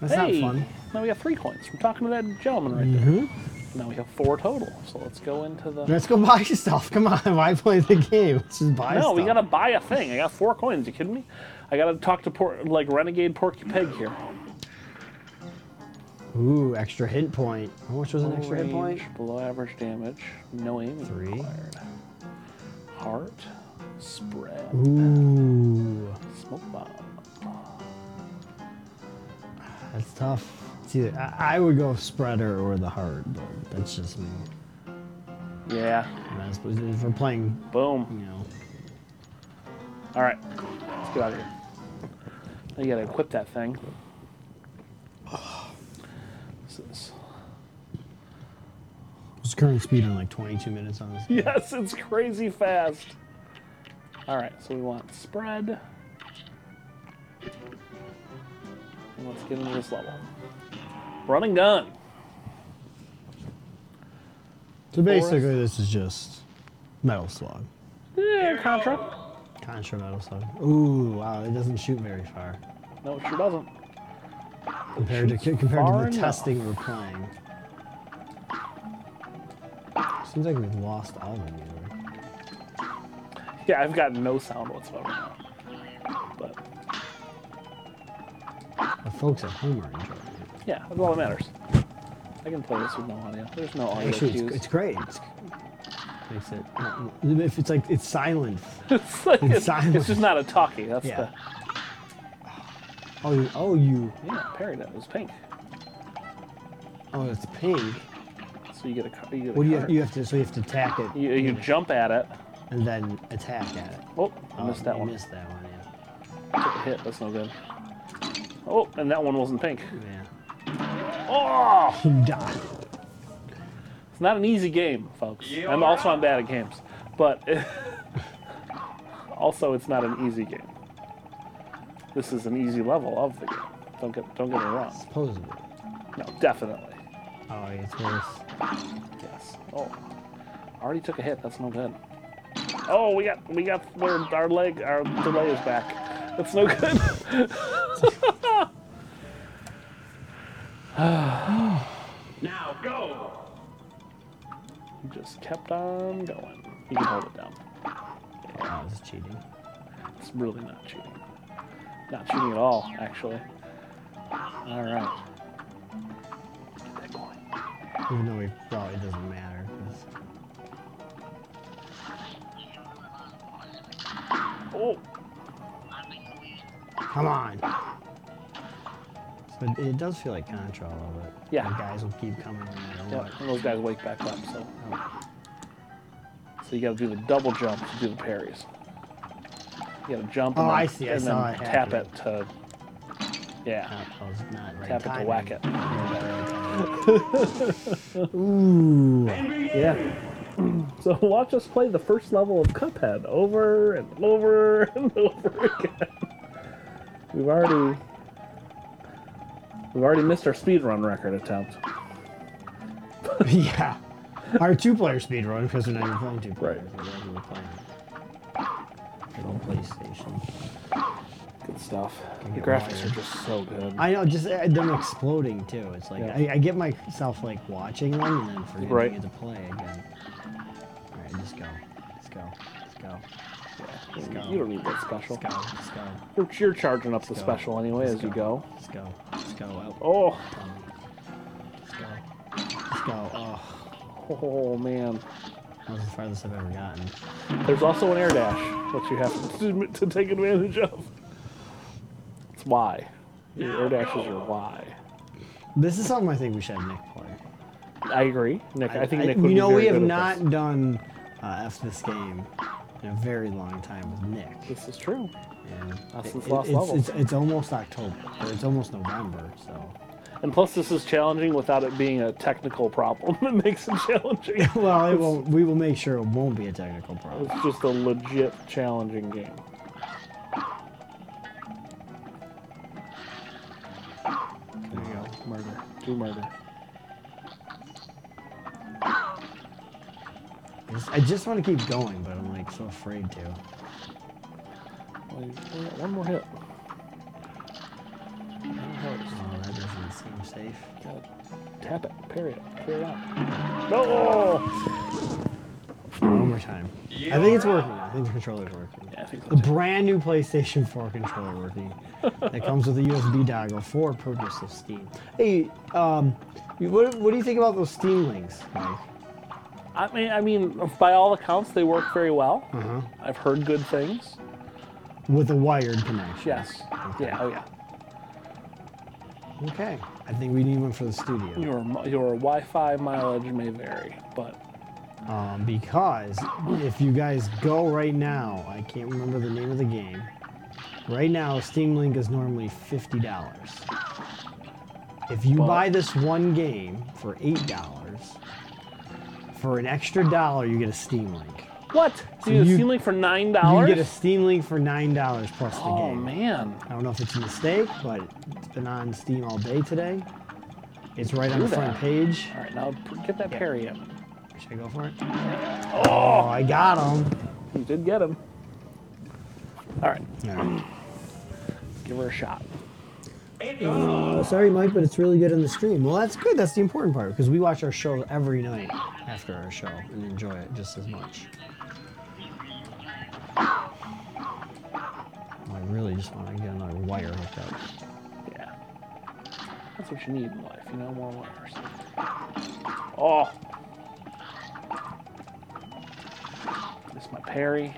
Speaker 1: That's
Speaker 3: hey,
Speaker 1: not fun.
Speaker 3: now we have three coins from talking to that gentleman right
Speaker 1: Mm-hmm.
Speaker 3: there. Now we have four total. So let's go into the.
Speaker 1: Let's go buy stuff. Come on, why play the game? Let's just buy
Speaker 3: no,
Speaker 1: stuff.
Speaker 3: we gotta buy a thing. I got four coins. You kidding me? I gotta talk to por- like renegade Porky Pig here.
Speaker 1: Ooh, extra hit point. How much was an extra hit point?
Speaker 3: Range, Below average damage. No aiming
Speaker 1: Three.
Speaker 3: required. Heart. Spread.
Speaker 1: Ooh,
Speaker 3: Smoke bomb.
Speaker 1: that's tough. It's either I, I would go spreader or the heart, but that's just me.
Speaker 3: Yeah.
Speaker 1: And I suppose if we're playing,
Speaker 3: Boom.
Speaker 1: you know,
Speaker 3: All right. Let's get out of here. Now you gotta equip that thing. What's this?
Speaker 1: what's current speed on like 22 minutes on this? game?
Speaker 3: Yes, it's crazy fast. All right, so we want spread. And let's get into this level. Running gun.
Speaker 1: So basically, this is just Metal Slug,
Speaker 3: Yeah, Contra.
Speaker 1: Contra Metal Slug. Ooh, wow, it doesn't shoot very far
Speaker 3: No, it sure doesn't.
Speaker 1: compared to compared to
Speaker 3: far
Speaker 1: the
Speaker 3: enough.
Speaker 1: testing we're playing. Seems like we've lost all the music.
Speaker 3: Yeah, I've got no sound whatsoever. But
Speaker 1: The folks at home are enjoying it.
Speaker 3: yeah, that's all that matters. I can play this with no audio. There's no audio
Speaker 1: Actually,
Speaker 3: cues.
Speaker 1: it's, it's great. It's, makes it if it's like it's silent.
Speaker 3: It's like it's,
Speaker 1: silent.
Speaker 3: it's just not a talkie. That's
Speaker 1: Yeah. Oh, you, oh, you.
Speaker 3: the yeah. Parried that was pink.
Speaker 1: Oh, it's pink.
Speaker 3: So you get a car. You get a
Speaker 1: What do you have,
Speaker 3: card.
Speaker 1: you have to? So you have to attack it
Speaker 3: You, you jump at it.
Speaker 1: and then attack at it.
Speaker 3: Oh, I missed
Speaker 1: Oh,
Speaker 3: that
Speaker 1: you
Speaker 3: one.
Speaker 1: Missed that one. Yeah.
Speaker 3: Took a hit. That's no good. Oh, and that one wasn't pink.
Speaker 1: Yeah.
Speaker 3: Oh,
Speaker 1: You die.
Speaker 3: it's not an easy game, folks. I'm also I'm bad at games, but also it's not an easy game. This is an easy level of the game. Don't get don't get me wrong.
Speaker 1: Supposedly.
Speaker 3: No, definitely.
Speaker 1: Oh, it's worse.
Speaker 3: Yes. Oh, I already took a hit. That's no good. Oh, we got we got where our leg our delay is back. That's no good.
Speaker 7: Now go!
Speaker 3: Just kept on going. You can hold it down.
Speaker 1: Oh, it's cheating.
Speaker 3: It's really not cheating. Not cheating at all, actually. All right. Get that coin.
Speaker 1: Even though it probably doesn't matter. 'cause-
Speaker 3: Oh,
Speaker 1: Come on. So it, it does feel like Contra a little bit.
Speaker 3: Yeah.
Speaker 1: The guys will keep coming no matter
Speaker 3: yeah.
Speaker 1: what.
Speaker 3: And those guys wake back up, so. So you got to do the double jump to do the parries. You got to jump and
Speaker 1: Oh,
Speaker 3: then,
Speaker 1: I see. I
Speaker 3: and
Speaker 1: saw
Speaker 3: then
Speaker 1: it
Speaker 3: tap
Speaker 1: happening.
Speaker 3: it to. Yeah.
Speaker 1: That was not right
Speaker 3: Tap it to
Speaker 1: timing.
Speaker 3: whack it.
Speaker 1: Ooh.
Speaker 3: Yeah. So watch us play the first level of Cuphead over and over and over again. We've already we've already missed our speedrun record attempt.
Speaker 1: yeah. Our two player speedrun because we're not even playing two players.
Speaker 3: Right.
Speaker 1: We're not even playing. Good old PlayStation.
Speaker 3: Good stuff. The
Speaker 1: get
Speaker 3: graphics
Speaker 1: wired.
Speaker 3: are just so good.
Speaker 1: I know, just uh, them exploding too. It's like
Speaker 3: Yeah.
Speaker 1: I, I get myself like watching them and then forgetting
Speaker 3: Right.
Speaker 1: I get to play again. All right, just go, let's go, let's go,
Speaker 3: you
Speaker 1: go.
Speaker 3: don't need that special.
Speaker 1: let's go, let's go.
Speaker 3: You're, you're charging up the
Speaker 1: go.
Speaker 3: special anyway
Speaker 1: Let's
Speaker 3: as you go.
Speaker 1: Let's go, let's go. Oh,
Speaker 3: Oh,
Speaker 1: let's go, let's go. Oh,
Speaker 3: oh man.
Speaker 1: that was the farthest I've ever gotten.
Speaker 3: There's also an air dash, which you have to, to take advantage of. That's why. Your air dashes are Y.
Speaker 1: This is something I think we should have Nick play.
Speaker 3: I agree. Nick, I, think Nick would
Speaker 1: you
Speaker 3: be
Speaker 1: know we
Speaker 3: very
Speaker 1: have
Speaker 3: good at
Speaker 1: not
Speaker 3: this.
Speaker 1: done uh, F this game in a very long time with Nick.
Speaker 3: This is true.
Speaker 1: And
Speaker 3: That's
Speaker 1: it-
Speaker 3: since
Speaker 1: it-
Speaker 3: last
Speaker 1: it's,
Speaker 3: level.
Speaker 1: it's, it's almost October, or it's almost November, so.
Speaker 3: And plus, this is challenging without it being a technical problem. it makes it challenging.
Speaker 1: Well, it won't, we will make sure it won't be a technical problem.
Speaker 3: It's just a legit challenging game.
Speaker 1: There you go. Murder.
Speaker 3: Do murder.
Speaker 1: I just- I just want to keep going, but I'm like so afraid to.
Speaker 3: Well, you- we got One more hit.
Speaker 1: Oh, that doesn't seem safe.
Speaker 3: Gotta Tap it. Parry it. Clear it out. No!
Speaker 1: One more time. I think it's working. I think the controller's working.
Speaker 3: Yeah, I think so
Speaker 1: The
Speaker 3: too.
Speaker 1: brand new PlayStation 4 controller working. that comes with a USB dongle for purchase of Steam. Hey, um, you- what, what do you think about those Steam links? Mike?
Speaker 3: I mean, I mean, by all accounts, they work very well. I've heard good things.
Speaker 1: With a wired connection.
Speaker 3: Yes. Yeah. Oh yeah.
Speaker 1: Okay. I think we need one for the studio.
Speaker 3: Your mi- your Wi-Fi mileage may vary, but
Speaker 1: Um, because if you guys go right now, I can't remember the name of the game. Right now, Steam Link is normally fifty dollars. If you
Speaker 3: Well-
Speaker 1: buy this one game for eight dollars, for an extra dollar, you get a Steam Link.
Speaker 3: what? So you,
Speaker 1: you-
Speaker 3: you Steam Link for nine
Speaker 1: You
Speaker 3: dollars?
Speaker 1: get a Steam Link for nine dollars plus the
Speaker 3: oh
Speaker 1: game.
Speaker 3: man.
Speaker 1: I don't know if it's a mistake, but it's been on Steam all day today. It's right on
Speaker 3: Do
Speaker 1: the front
Speaker 3: that.
Speaker 1: page.
Speaker 3: All right, now p- get that parry in.
Speaker 1: Should I go for it? Oh, I got him.
Speaker 3: You did get him. All right,
Speaker 1: All right.
Speaker 3: give her a shot.
Speaker 1: Uh, sorry, Mike, but it's really good in the stream. Well, that's good. That's the important part because we watch our show every night after our show and enjoy it just as much. I really just want to get another wire hooked up.
Speaker 3: Yeah. That's what you need in life, you know, more wires. Oh. This my parry.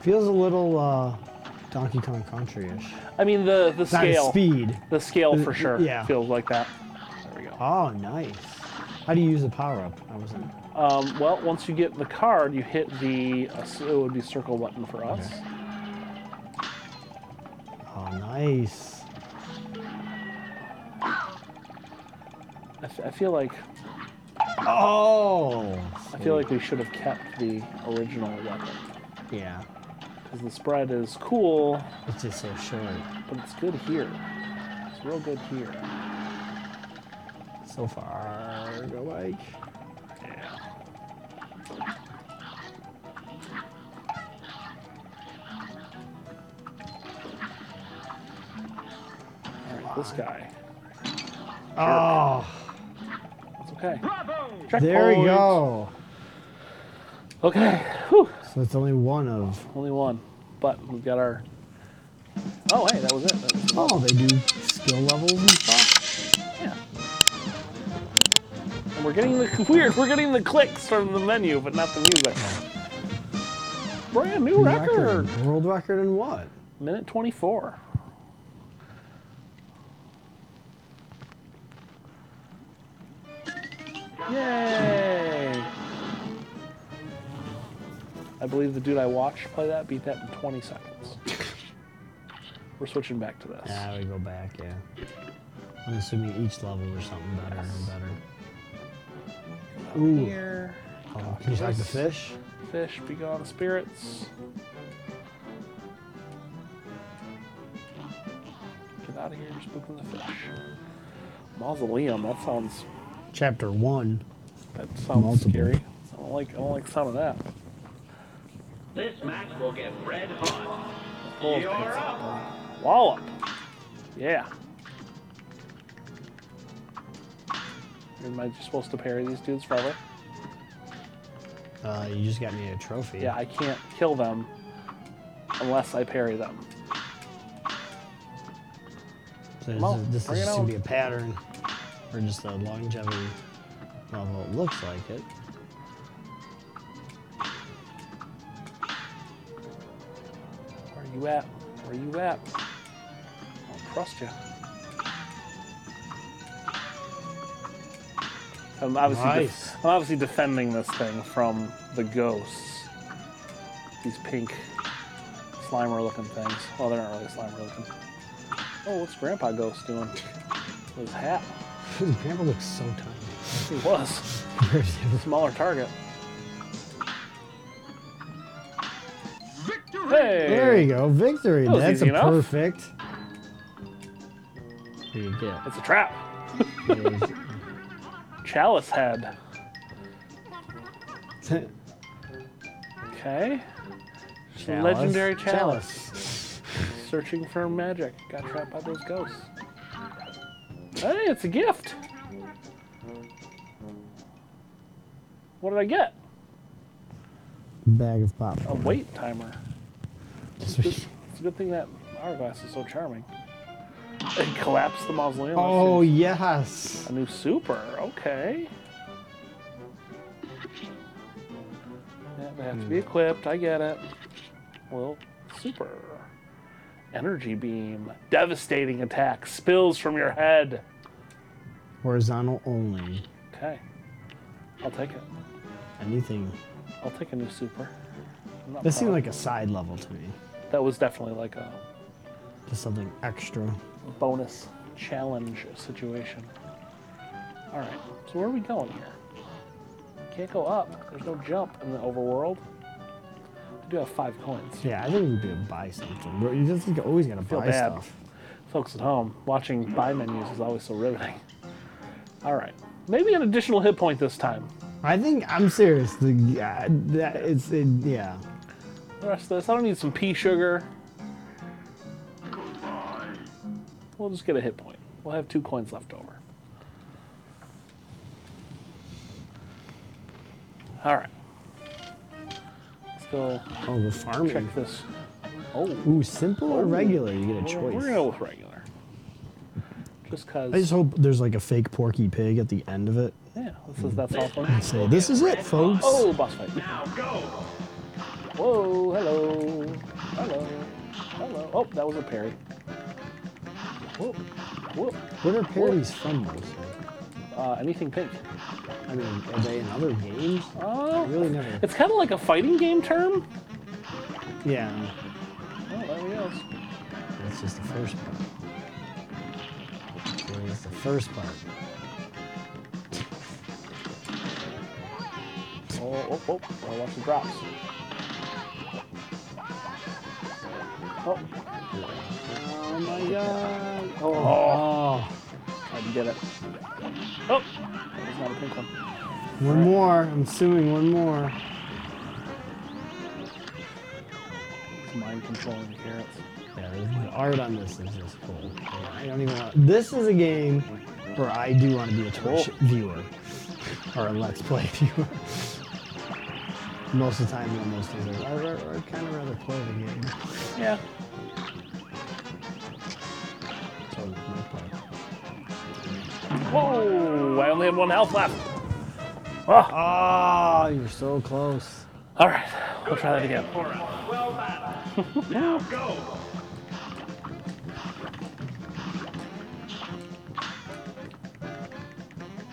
Speaker 1: Feels a little uh, Donkey Kong Country-ish.
Speaker 3: I mean the the
Speaker 1: It's not his
Speaker 3: scale.
Speaker 1: speed.
Speaker 3: The scale for sure.
Speaker 1: Yeah.
Speaker 3: Feels like that. There we go.
Speaker 1: Oh, nice. How do you use the power up? I wasn't.
Speaker 3: Um, well, once you get the card, you hit the uh, so it would be circle button for us.
Speaker 1: Okay. Oh, nice.
Speaker 3: I, f- I feel like
Speaker 1: Oh.
Speaker 3: I feel like we should have kept the original weapon
Speaker 1: Yeah.
Speaker 3: because the spread is cool,
Speaker 1: It's just so short.
Speaker 3: but it's good here. It's real good here.
Speaker 1: So far, go Mike.
Speaker 3: All right, this guy.
Speaker 1: Oh,
Speaker 3: That's okay.
Speaker 1: there we
Speaker 3: Checkpoint.
Speaker 1: go.
Speaker 3: Okay. Whew.
Speaker 1: So it's only one of.
Speaker 3: Only one, but we've got our. Oh hey, that was it. That was
Speaker 1: Oh, they do skill levels and stuff.
Speaker 3: Yeah. And we're getting the weird. We're getting the clicks from the menu, but not the music. Brand new record.
Speaker 1: World record in what?
Speaker 3: Minute 24. Yay! I believe the dude I watched play that beat that in 20 seconds. We're switching back to this.
Speaker 1: Yeah, we go back. Yeah. I'm assuming each level or something better and better. Ooh.
Speaker 3: Here,
Speaker 1: Oh, can you like the fish?
Speaker 3: fish, be gone, spirits. Get out of here, you're spooking the fish. Mausoleum, that sounds
Speaker 1: Chapter one.
Speaker 3: That sounds
Speaker 1: Multiple.
Speaker 3: scary. I don't like I don't like the sound of that.
Speaker 7: This match will get red hot.
Speaker 3: Pull his
Speaker 7: You're
Speaker 3: pants
Speaker 7: up.
Speaker 3: up. Wallop. Yeah. Am I just supposed to parry these dudes forever?
Speaker 1: Uh, you just got me a trophy.
Speaker 3: Yeah, I can't kill them unless I parry them.
Speaker 1: So
Speaker 3: Well,
Speaker 1: this is, this
Speaker 3: bring
Speaker 1: is
Speaker 3: it
Speaker 1: just
Speaker 3: on.
Speaker 1: gonna be a pattern, or just a longevity level. It looks like it.
Speaker 3: Where are you you at? Where you at? I don't trust you. I'm obviously, def-
Speaker 6: Nice.
Speaker 3: I'm obviously defending this thing from the ghosts. These pink, slimer looking things. Well, they're not really slimer looking. Oh, what's Grandpa Ghost doing? With his hat.
Speaker 6: His grandpa looks so tiny.
Speaker 3: He was. Smaller target. Hey!
Speaker 1: There you go. Victory.
Speaker 3: That was
Speaker 1: That's
Speaker 3: easy
Speaker 1: a
Speaker 3: enough.
Speaker 1: perfect.
Speaker 6: Here you go.
Speaker 3: It's a trap. Chalice head. Okay. It's a Legendary chalice. Searching for magic. Got trapped by those ghosts. Hey, it's a gift. What did I get?
Speaker 1: Bag of pop.
Speaker 3: A wait timer. It's a good thing that hourglass is so charming. And collapse the mausoleum. That
Speaker 1: Oh
Speaker 3: seems-
Speaker 1: yes.
Speaker 3: A new super, okay. Yeah, they have to
Speaker 1: Hmm.
Speaker 3: be equipped, I get it. Well, super. Energy beam. Devastating attack. Spills from your head.
Speaker 1: Horizontal only.
Speaker 3: Okay. I'll take it.
Speaker 1: Anything.
Speaker 3: I'll take a new super. I'm not
Speaker 1: That seemed
Speaker 3: proud.
Speaker 1: like a side level to me.
Speaker 3: that was definitely like a
Speaker 1: Just something extra.
Speaker 3: bonus challenge situation. Alright, so where are we going here? Can't go up. There's no jump in the overworld. I do have five coins.
Speaker 1: Yeah, I think we'd be able to buy something. Bro, You just you always gotta
Speaker 3: Feel
Speaker 1: buy
Speaker 3: bad.
Speaker 1: stuff.
Speaker 3: Folks at home, watching buy menus is always so riveting. Alright. Maybe an additional hit point this time.
Speaker 1: I think I'm serious. The yeah, that it's it, yeah.
Speaker 3: The rest of this, I don't need some pea sugar. We'll just get a hit point. We'll have two coins left over. All right. Let's go
Speaker 1: Oh, the farming.
Speaker 3: check this. Oh,
Speaker 1: Ooh, simple or regular? You get a
Speaker 3: we're,
Speaker 1: choice.
Speaker 3: we're gonna go with regular. Just cause.
Speaker 1: I just hope there's like a fake Porky Pig at the end of it.
Speaker 3: yeah, this is that's all for
Speaker 1: and Say this is it, folks.
Speaker 3: Oh, boss fight. Now go. Whoa, hello. Hello. Hello. Oh, that was a parry. Whoa. Whoa.
Speaker 1: What are parodies from mostly?
Speaker 3: Uh, anything pink.
Speaker 1: I mean, are they in other games? I
Speaker 3: Oh.
Speaker 1: really never.
Speaker 3: It's kind of like a fighting game term.
Speaker 1: Yeah,
Speaker 3: Oh, there he goes.
Speaker 1: that's just the first part. That's the first part.
Speaker 3: Oh, oh, oh. Gotta watch the drops. Oh.
Speaker 1: Oh my god.
Speaker 3: Oh. Tried to get it. Oh. That's not a pink one.
Speaker 1: One more. I'm suing one more.
Speaker 3: It's mind controlling the carrots.
Speaker 1: Yeah, the art on this is just cool. I don't even want. This is a game where I do want to be a Twitch viewer or a Let's Play viewer. Most of the time, you know, most of the time, I, I, would kind of rather play the game.
Speaker 3: Yeah.
Speaker 1: So, my part.
Speaker 3: Whoa! I only have one health left. Oh.
Speaker 1: Ah, you were so close.
Speaker 3: All right, we'll try that again.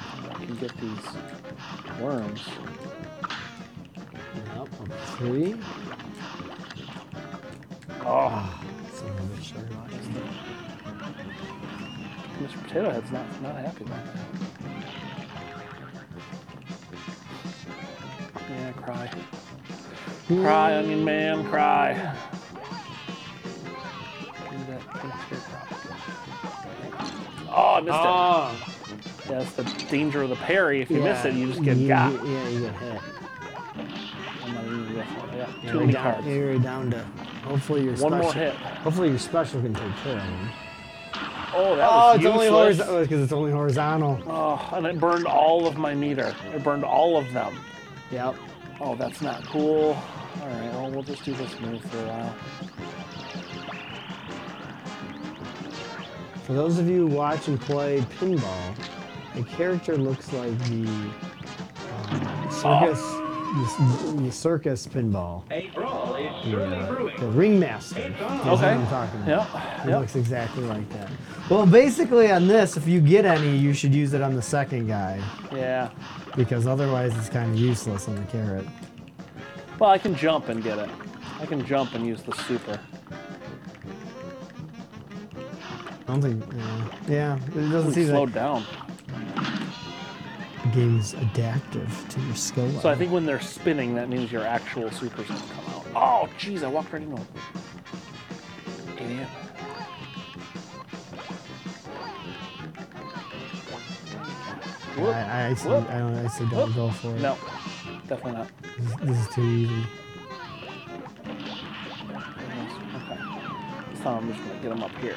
Speaker 3: I can get these worms.
Speaker 1: Yep, on three.
Speaker 3: Oh,
Speaker 1: Some Ah, of the sugar lines.
Speaker 3: Mr. Potato Head's not not happy about that. Yeah, cry, cry, Onion Man, cry. Do that pink teardrop. Oh, I missed it.
Speaker 1: Ah,
Speaker 3: That's the danger of the parry. If you miss
Speaker 1: yeah,
Speaker 3: it, you just get
Speaker 1: you,
Speaker 3: got.
Speaker 1: you- Yeah, you get hit.
Speaker 3: I'm not even gonna go for it. Yeah,
Speaker 1: You're
Speaker 3: Too many
Speaker 1: down,
Speaker 3: cards.
Speaker 1: You're down to. Hopefully, your
Speaker 3: One
Speaker 1: special.
Speaker 3: more hit.
Speaker 1: Hopefully, your special can take care of him.
Speaker 3: Oh, that
Speaker 1: Oh,
Speaker 3: was
Speaker 1: it's only
Speaker 3: useless.
Speaker 1: horizontal because it's only horizontal.
Speaker 3: Oh, and it burned all of my meter. It burned all of them.
Speaker 1: Yep.
Speaker 3: Oh, that's not cool. All right, well, we'll just do this move for a while.
Speaker 1: For those of you who watch and play pinball, the character looks like the um, circus, the, the circus pinball.
Speaker 7: A brawl is
Speaker 1: the, uh, the ringmaster. is what
Speaker 3: Okay.
Speaker 1: I'm talking about.
Speaker 3: Yeah.
Speaker 1: It
Speaker 3: yeah.
Speaker 1: looks exactly like that. Well, basically on this, if you get any, you should use it on the second guy
Speaker 3: Yeah.
Speaker 1: because otherwise it's kind of useless on the carrot.
Speaker 3: Well, I can jump and get it. I can jump and use the super.
Speaker 1: I don't think. Yeah, yeah it doesn't
Speaker 3: Ooh,
Speaker 1: seem
Speaker 3: slowed
Speaker 1: like
Speaker 3: down.
Speaker 1: the game's adaptive to your skill level.
Speaker 3: So I think when they're spinning, that means your actual super's gonna come out. Oh, jeez, I walked right into it. Idiot.
Speaker 1: I, I, I, say, I don't. I say don't
Speaker 3: Whoop.
Speaker 1: go for it.
Speaker 3: No, definitely not.
Speaker 1: This, this is too easy.
Speaker 3: Okay. This time I'm just gonna get him up here.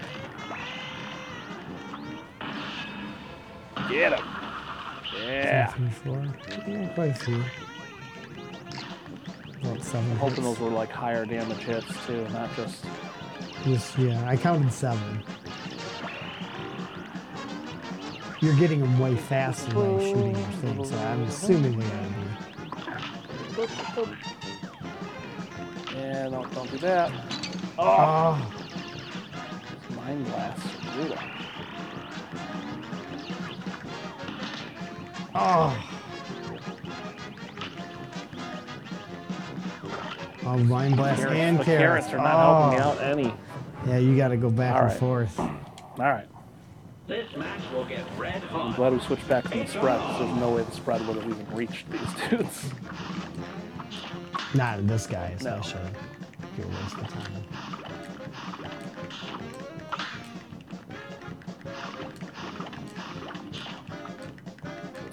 Speaker 3: Get him. Yeah.
Speaker 1: Three, four. Yeah, quite a few. About seven.
Speaker 3: Hoping
Speaker 1: hits.
Speaker 3: those were like higher damage hits too, not just.
Speaker 1: Just, yeah, I counted seven. You're getting them way faster than I'm shooting your thing, so I'm assuming they gotta be.
Speaker 3: Yeah, don't don't do that. Ah.
Speaker 1: Oh,
Speaker 3: Mind blast. Brutal.
Speaker 1: oh. Oh, mind blast
Speaker 3: Carrots-
Speaker 1: and
Speaker 3: the
Speaker 1: carrots.
Speaker 3: carrots are not helping me out any.
Speaker 1: Oh. Yeah, you gotta go back
Speaker 3: All
Speaker 1: and
Speaker 3: right.
Speaker 1: forth.
Speaker 3: All right.
Speaker 7: This match will get red
Speaker 3: I'm
Speaker 7: hot.
Speaker 3: glad we switched back from the spread. 'cause There's no way the spread would have even reached these dudes.
Speaker 1: Not in this guy,
Speaker 3: No.
Speaker 1: especially. You're wasting time.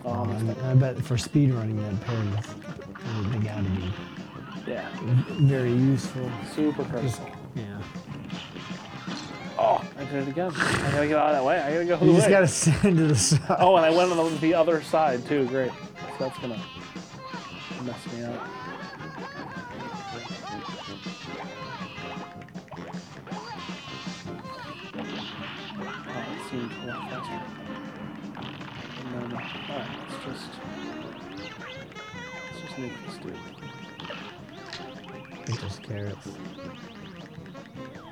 Speaker 3: Oh,
Speaker 1: Um,
Speaker 3: that's
Speaker 1: and I bet for speedrunning that parries, they gotta be
Speaker 3: the- yeah.
Speaker 1: very useful.
Speaker 3: Super critical.
Speaker 1: Yeah.
Speaker 3: Oh, I did it again. I gotta get out of that way. I gotta go the
Speaker 1: You just
Speaker 3: way.
Speaker 1: gotta stand to the side.
Speaker 3: Oh, and I went on the, the other side too. Great. So that's gonna mess me up. Oh, it seems a lot faster. And then, all right, let's just let's just nuke this dude.
Speaker 1: It's just carrots.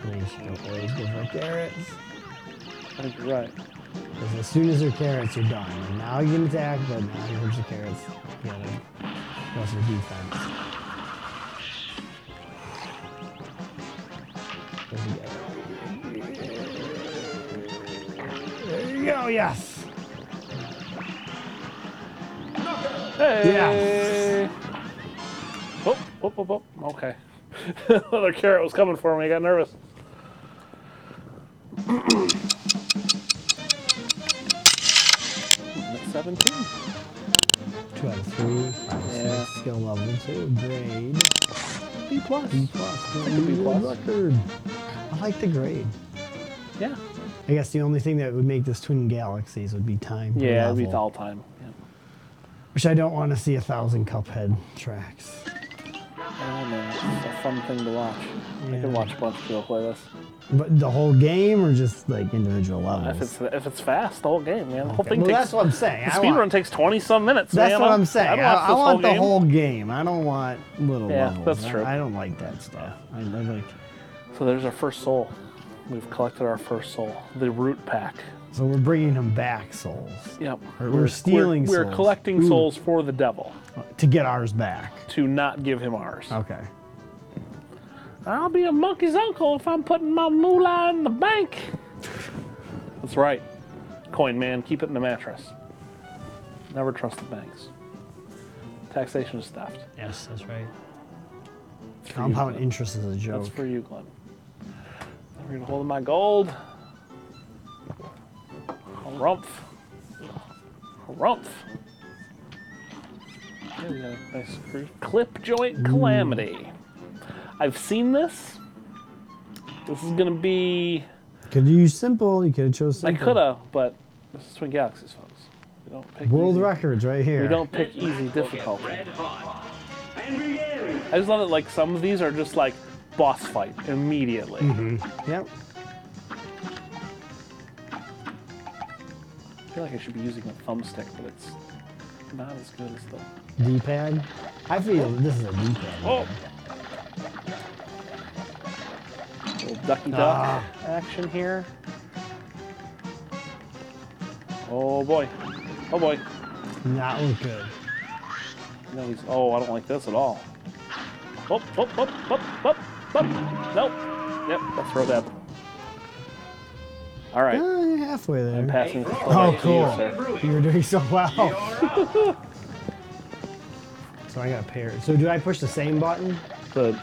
Speaker 1: I mean, you don't always go for carrots.
Speaker 3: I think you're right.
Speaker 1: 'Cause as soon as they're carrots, you're done. And now you can attack, but now you hurt your carrots. You gotta go for defense. There you go. There you go, yes!
Speaker 3: Hey!
Speaker 1: Yeah.
Speaker 3: Oh, oh, oh, oh. Okay. Another carrot was coming for me. I got nervous. That's 17.
Speaker 1: Two out of three. Five, six,
Speaker 3: Yeah.
Speaker 1: Skill level two. Grade.
Speaker 3: B plus.
Speaker 1: B plus.
Speaker 3: a B plus.
Speaker 1: Record. I like the grade.
Speaker 3: Yeah.
Speaker 1: I guess the only thing that would make this Twin Galaxies would be time. per
Speaker 3: Yeah, it'd be
Speaker 1: level,
Speaker 3: all time. Yeah.
Speaker 1: Which I don't want to see a thousand Cuphead tracks.
Speaker 3: I don't know. Oh, It's a fun thing to watch. I
Speaker 1: Yeah.
Speaker 3: could watch a bunch of people play this.
Speaker 1: But the whole game or just like individual
Speaker 3: If
Speaker 1: levels?
Speaker 3: it's if it's fast, the whole game, man. The whole thing
Speaker 1: well,
Speaker 3: takes.
Speaker 1: that's what I'm saying.
Speaker 3: the
Speaker 1: I
Speaker 3: speed
Speaker 1: want-
Speaker 3: run takes 20 some minutes,
Speaker 1: that's
Speaker 3: man.
Speaker 1: what
Speaker 3: I'd-
Speaker 1: I'm saying.
Speaker 3: I'd
Speaker 1: I,
Speaker 3: watch
Speaker 1: I
Speaker 3: this
Speaker 1: want the
Speaker 3: game.
Speaker 1: whole game. I don't want little
Speaker 3: Yeah,
Speaker 1: levels.
Speaker 3: that's
Speaker 1: I-
Speaker 3: true.
Speaker 1: I, don't like that stuff. I, I like.
Speaker 3: So there's our first soul. We've collected our first soul, the root pack.
Speaker 1: So we're bringing them back souls
Speaker 3: Yep.
Speaker 1: We're- we're stealing
Speaker 3: We're,
Speaker 1: souls.
Speaker 3: collecting
Speaker 1: Ooh.
Speaker 3: souls for the devil
Speaker 1: to get ours back.
Speaker 3: to not give him ours.
Speaker 1: Okay.
Speaker 3: I'll be a monkey's uncle if I'm putting my moolah in the bank. That's right. Coin man, keep it in the mattress. Never trust the banks. Taxation is theft.
Speaker 1: Yes, that's right. Compound interest is a joke.
Speaker 3: That's for you, Glenn. We're gonna hold my gold. Harumph. Harumph. Yeah, we got a nice screw- clip joint calamity. I've seen this. This is gonna be.
Speaker 1: Could you use simple? You could have chose
Speaker 3: I
Speaker 1: simple.
Speaker 3: coulda, but this is Twin Galaxies, folks. We don't pick
Speaker 1: World
Speaker 3: easy.
Speaker 1: records right here.
Speaker 3: We don't pick easy difficulty.
Speaker 7: Red hot. And begin.
Speaker 3: I just love that like some of these are just like boss fight immediately.
Speaker 1: Yep.
Speaker 3: I feel like I should be using a thumbstick, but it's not as good as the.
Speaker 1: D-pad. I feel this is a D-pad.
Speaker 3: Oh! ducky duck
Speaker 1: Ah.
Speaker 3: action here. Oh boy. Oh boy.
Speaker 1: Not look good.
Speaker 3: No, he's. Oh, I don't like this at all. Up, up, up, up, up, up. Nope. Yep, that's throw that. All right.
Speaker 1: Eh, you're halfway there.
Speaker 3: I'm passing. the ball
Speaker 1: Oh,
Speaker 3: back to you, sir.
Speaker 1: cool. You're doing so well. So I got a parry. So do I push the same button?
Speaker 3: The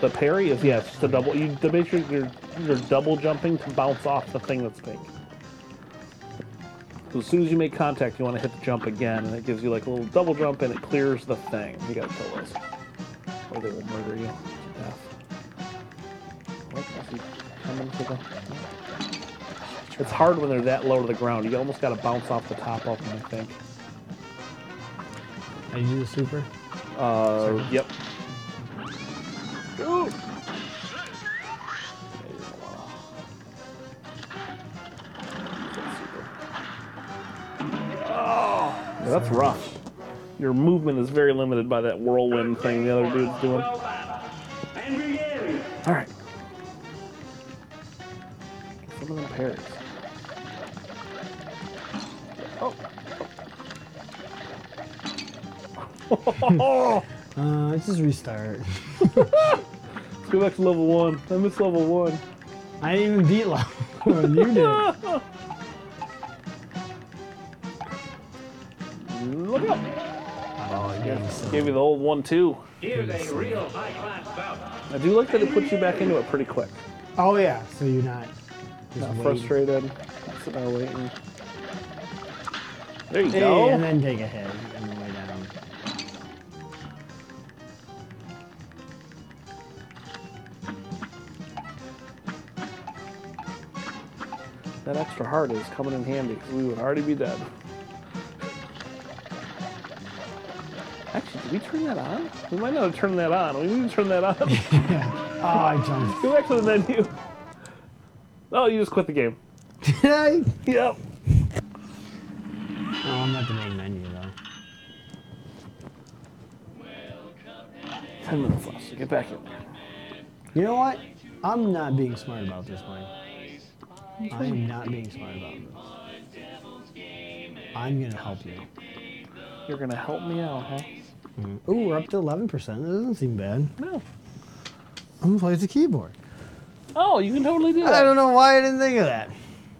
Speaker 3: the parry is yes. The double. You to make sure you're you're double jumping to bounce off the thing that's big. So as soon as you make contact, you want to hit the jump again, and it gives you like a little double jump, and it clears the thing. You gotta kill those, or they will murder you. to death. What? Is he coming to the- It's hard when they're that low to the ground. You almost gotta bounce off the top of them. I think.
Speaker 1: I do the super.
Speaker 3: Uh, yep. Go. Oh, that's rough. Your movement is very limited by that whirlwind thing the other dude's doing.
Speaker 1: All right.
Speaker 3: Some of them parries. Oh. Oh.
Speaker 1: Uh, let's just restart.
Speaker 3: Let's go back to level one. I missed level one.
Speaker 1: I didn't even beat level one. You did.
Speaker 3: Look up.
Speaker 1: Oh, yeah. So.
Speaker 3: Gave you the old one too. I do like that it puts you back into it pretty quick.
Speaker 1: Oh yeah. So you're not. Just
Speaker 3: Not
Speaker 1: waiting.
Speaker 3: frustrated. Not sitting there waiting. There you
Speaker 1: Hey,
Speaker 3: go.
Speaker 1: and then take a hit on the way down.
Speaker 3: that extra heart is coming in handy. 'cause We would already be dead. Actually, did we turn that on? We might not have turned that on. We need to turn that on.
Speaker 1: Yeah. Oh, I jumped.
Speaker 3: go back to the menu. Oh, you just quit the game.
Speaker 1: Did I?
Speaker 3: Yep.
Speaker 1: Oh, I'm at the main menu though.
Speaker 3: Ten minutes left. Get back in there.
Speaker 1: You know what? I'm not being smart about this, Mike. I'm not being smart about this. I'm gonna help you.
Speaker 3: You're gonna help me out, huh?
Speaker 1: Ooh, we're up to 11%. That doesn't seem bad.
Speaker 3: No.
Speaker 1: I'm gonna play with the keyboard.
Speaker 3: Oh, you can totally do that.
Speaker 1: I don't know why I didn't think of that.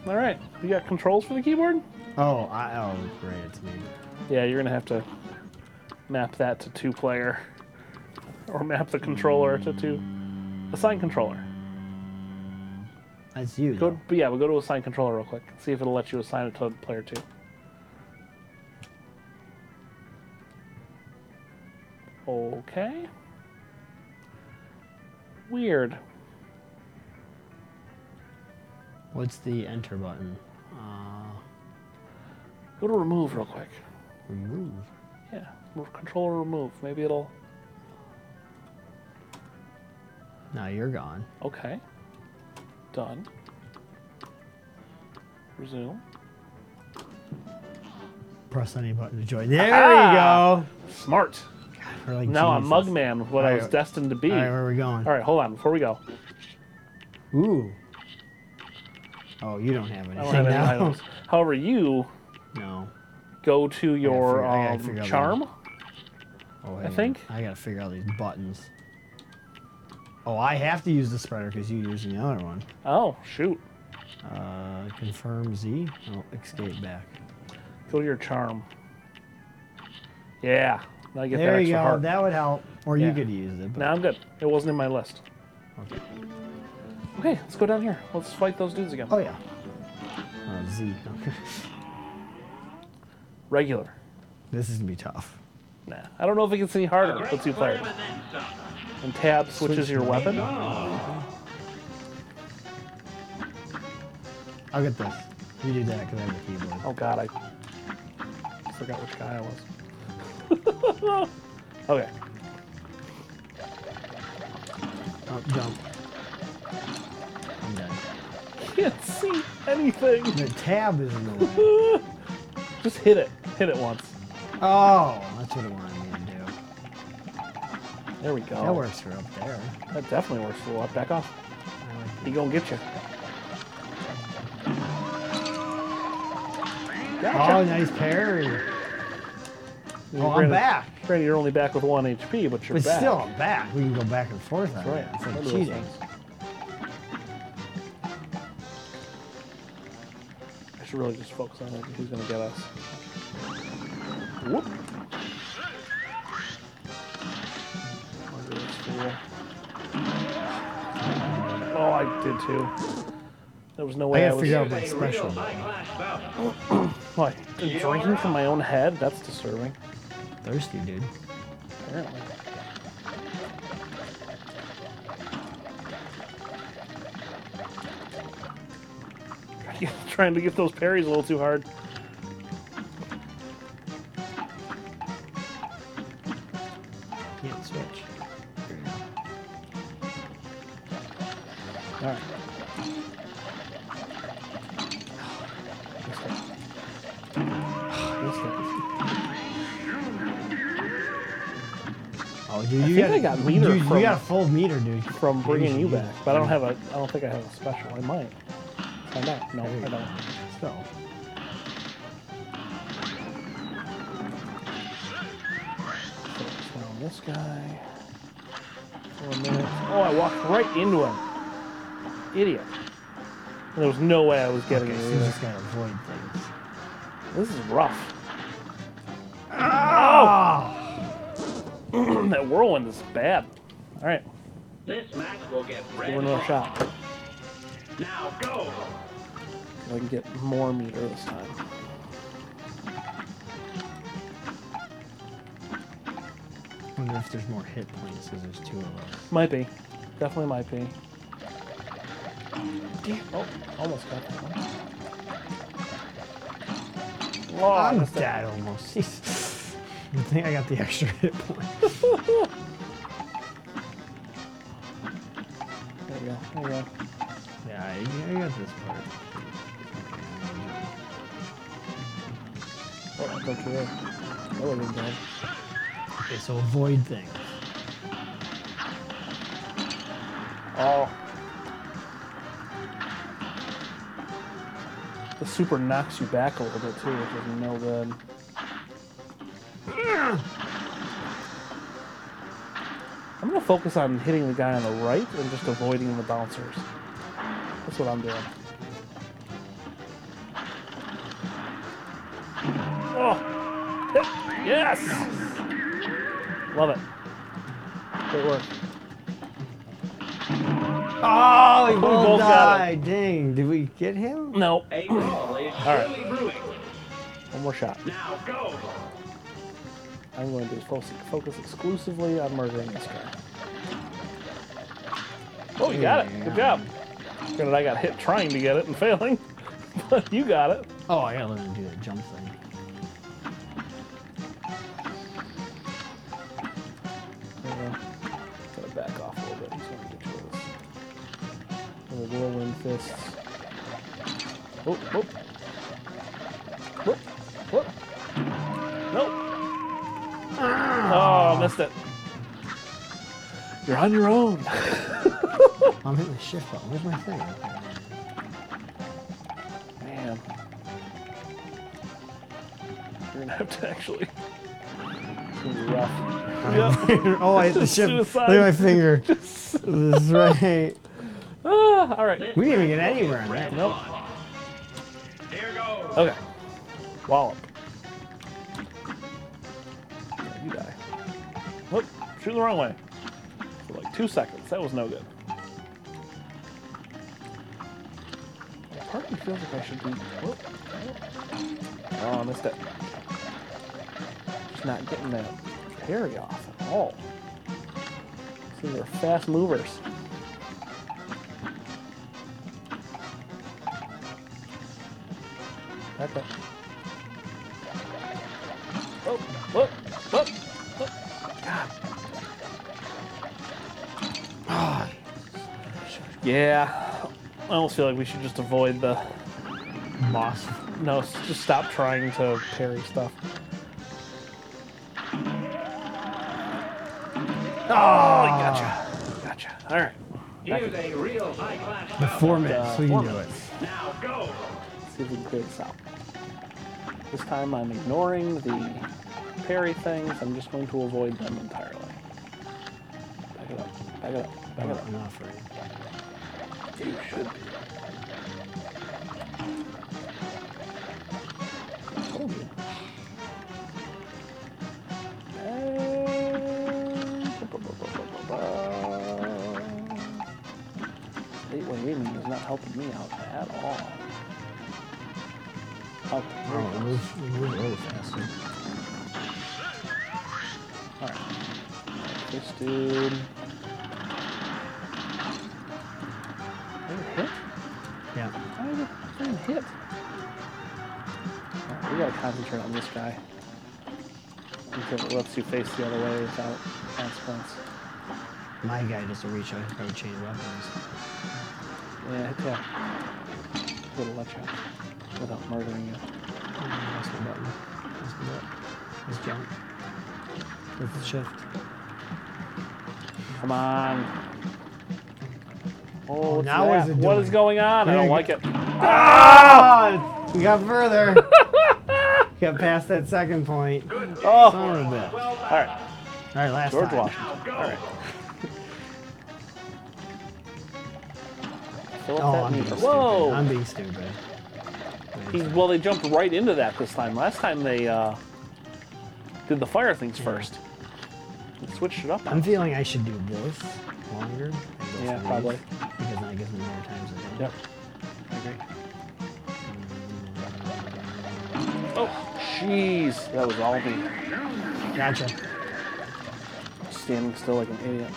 Speaker 3: All right. You got controls for the keyboard?
Speaker 1: Oh, I, oh, great, it's me.
Speaker 3: Yeah, you're gonna have to map that to two player, or map the controller to two. Assign controller.
Speaker 1: That's you.
Speaker 3: Go, but yeah, we'll go to assign controller real quick. See if it'll let you assign it to player two. Okay. Weird.
Speaker 1: What's the enter button? Uh,
Speaker 3: Go to remove real quick.
Speaker 1: remove.
Speaker 3: Yeah, re- controller remove. Maybe it'll.
Speaker 1: Now you're gone.
Speaker 3: Okay. Done. Resume.
Speaker 1: Press any button to join. There
Speaker 3: Ah! Smart.
Speaker 1: we go. We're like
Speaker 3: Now I'm
Speaker 1: Jesus.
Speaker 3: Mugman, what I was
Speaker 1: Alright.
Speaker 3: destined to be.
Speaker 1: All right,
Speaker 3: All
Speaker 1: where are we going?
Speaker 3: right, hold on. Before we go,
Speaker 1: Ooh. Oh, you don't have anything.
Speaker 3: I don't have any
Speaker 1: now.
Speaker 3: items. However, you
Speaker 1: No.
Speaker 3: go to your
Speaker 1: figure- I gotta
Speaker 3: um,
Speaker 1: figure out
Speaker 3: charm.
Speaker 1: Oh, hang on.
Speaker 3: think-
Speaker 1: I gotta figure out these buttons. Oh, I have to use the spreader because you're using the other one.
Speaker 3: Oh shoot!
Speaker 1: Uh, confirm Z. Oh, escape back.
Speaker 3: Go to your charm. Yeah, now you get
Speaker 1: There
Speaker 3: that
Speaker 1: you
Speaker 3: extra
Speaker 1: go.
Speaker 3: heart.
Speaker 1: That would help. Or
Speaker 3: Yeah.
Speaker 1: you could use it. But
Speaker 3: Now I'm good. It wasn't in my list.
Speaker 1: Okay.
Speaker 3: Okay, let's go down here. Let's fight those dudes again.
Speaker 1: Oh yeah. Uh, Z. Okay.
Speaker 3: Regular.
Speaker 1: This is gonna be tough.
Speaker 3: Nah, I don't know if it gets any harder with two players. And tab switches
Speaker 1: Switch
Speaker 3: your weapon.
Speaker 1: I'll get this. You do that because I have the keyboard.
Speaker 3: Oh god, I forgot which guy I was. okay.
Speaker 1: Oh, jump. I'm done.
Speaker 3: Can't see anything.
Speaker 1: The tab is in the way.
Speaker 3: Just hit it. Hit it once.
Speaker 1: Oh, that's what I wanted me to do.
Speaker 3: There we go. Oh.
Speaker 1: That works for up there.
Speaker 3: That definitely works for a lot. Back off.
Speaker 1: I like
Speaker 3: He gonna get you. Gotcha.
Speaker 1: Oh, nice parry. Well, Oh, I'm
Speaker 3: Granted-
Speaker 1: back.
Speaker 3: Granted, you're only back with one HP, but you're
Speaker 1: But
Speaker 3: back.
Speaker 1: still, I'm back. We can go back and forth on
Speaker 3: That's
Speaker 1: it.
Speaker 3: right.
Speaker 1: It's like
Speaker 3: Remember those
Speaker 1: cheating.
Speaker 3: things. I should really just focus on who's gonna get us. Whoop. I'll do this fool. Oh, I did too. There was no
Speaker 1: I
Speaker 3: way I,
Speaker 1: gotta
Speaker 3: was.
Speaker 1: figure out my special.
Speaker 3: What? Drinking from my own head? That's disturbing.
Speaker 6: Thirsty, dude.
Speaker 3: Apparently. Trying to get those parries a little too hard.
Speaker 6: Can't switch.
Speaker 3: All right.
Speaker 1: Oh, dude, you
Speaker 3: think I
Speaker 1: got
Speaker 3: got meter
Speaker 1: Dude, you
Speaker 3: from-
Speaker 1: got a full meter, dude.
Speaker 3: From bringing you back, but I don't have a. I don't think I have a special. I might. I might. No, I don't.
Speaker 1: So,
Speaker 3: So it's down this guy. For a minute. Oh, I walked right into him. Idiot. And there was no way I was getting
Speaker 1: so
Speaker 3: it.
Speaker 1: you
Speaker 3: either.
Speaker 1: just gotta avoid things.
Speaker 3: This is rough.
Speaker 1: Oh!
Speaker 3: that whirlwind is bad. All right,
Speaker 7: This match will get
Speaker 3: give
Speaker 7: red.
Speaker 3: her another shot. See
Speaker 7: Now go.
Speaker 3: if I can get more meter this time.
Speaker 1: wonder if there's more hit points because there's two of us.
Speaker 3: Might be. Definitely might be. Damn. Oh, almost got that one. Oh, I
Speaker 1: I'm
Speaker 3: missed it.
Speaker 1: dead almost. Jeez. I think I got the extra hit point.
Speaker 3: There we go. There we go.
Speaker 1: Yeah, I, I got this part.
Speaker 3: Oh, I broke your leg. That would have been bad.
Speaker 1: Okay, so avoid things.
Speaker 3: Oh. The super knocks you back a little bit too, which is no good. I'm gonna focus on hitting the guy on the right and just avoiding the bouncers. That's what I'm doing. Oh! Yes! Love it. Great work.
Speaker 1: Oh, he
Speaker 3: both
Speaker 1: both
Speaker 3: got
Speaker 1: died. Dang, did we get him?
Speaker 3: No.
Speaker 7: A brawl is
Speaker 3: right.
Speaker 7: surely brewing.
Speaker 3: One more shot.
Speaker 7: Now go.
Speaker 3: I'm going to focus, focus exclusively on murdering this guy. Oh, you got it. Good job. Granted, I got hit trying to get it and failing, but you got it.
Speaker 1: Oh, I gotta learn to do that jump thing.
Speaker 3: Yeah. Gotta back off a little bit. Just want to get you with this. Little whirlwind fists. Oh, Whoop, whoop. Whoop, whoop. Nope. Oh, missed it. You're on your own.
Speaker 1: I'm hitting the shift button. Where's my thing? Okay.
Speaker 3: Man. You're gonna have to actually. It's gonna be rough. Yep.
Speaker 1: oh, I hit the shift.
Speaker 3: Suicide.
Speaker 1: Look at my finger. this is right.
Speaker 3: Ah, all right.
Speaker 1: We didn't even get anywhere on that.
Speaker 3: Nope.
Speaker 5: Here goes.
Speaker 3: Okay. Wallop. Yeah, you die. Whoop. Shooting the wrong way. For like two seconds. That was no good. Part of me feels like I should be. Whoop. Oh, I missed it. Just not getting that parry off at all. See, they're fast movers. Back up. Whoop, whoop, whoop, whoop. God. Yeah. I almost feel like we should just avoid the.
Speaker 1: Boss.
Speaker 3: No, s- just stop trying to parry stuff. Oh, gotcha. Gotcha. All right.
Speaker 5: Here's a real high class.
Speaker 1: The four minutes,
Speaker 3: Uh,
Speaker 1: we
Speaker 3: four
Speaker 1: can do it.
Speaker 3: minutes.
Speaker 5: Now go.
Speaker 3: See if we can clear this out. This time I'm ignoring the parry things. I'm just going to avoid them entirely. Back it up. Back it up. Back it up.
Speaker 1: Not for you.
Speaker 3: You should. Told you. And- Late one reading is not helping me out at all. Okay.
Speaker 6: Oh, it moves, it moves a little faster.
Speaker 3: Alright. This dude. Oh, hit?
Speaker 1: Yeah.
Speaker 3: Why is it saying hit? Alright, we gotta concentrate on this guy. Until it lets you face the other way without consequence.
Speaker 6: My guy doesn't reach out. I would change weapons.
Speaker 3: Yeah, hit that. Little let you out without murdering you.
Speaker 1: Oh,
Speaker 6: That's my button. That's my button. Let's jump.
Speaker 1: With the shift.
Speaker 3: Come on. Oh, what's
Speaker 1: now
Speaker 3: that?
Speaker 1: is it
Speaker 3: what is
Speaker 1: doing?
Speaker 3: going on? I
Speaker 1: Yeah,
Speaker 3: don't
Speaker 1: I
Speaker 3: like it.
Speaker 1: Ah! We got further. got past that second point.
Speaker 3: Oh,
Speaker 1: Son of a bitch.
Speaker 5: Well,
Speaker 3: alright.
Speaker 1: All right, last
Speaker 3: George
Speaker 1: time.
Speaker 3: Washington.
Speaker 5: now go.
Speaker 3: So what's
Speaker 1: Oh, I'm
Speaker 3: that mean?
Speaker 1: being stupid.
Speaker 3: Whoa!
Speaker 1: I'm being stupid.
Speaker 3: He- well, they jumped right into that this time. Last time they uh, did the fire things first. They switched it up.
Speaker 1: I'm feeling I should do this longer. and go
Speaker 3: Yeah,
Speaker 1: for
Speaker 3: probably.
Speaker 1: these, Because then it gives me more times to do it.
Speaker 3: Yep. I agree. Oh, jeez. That was all me
Speaker 1: Gotcha.
Speaker 3: standing still like an idiot.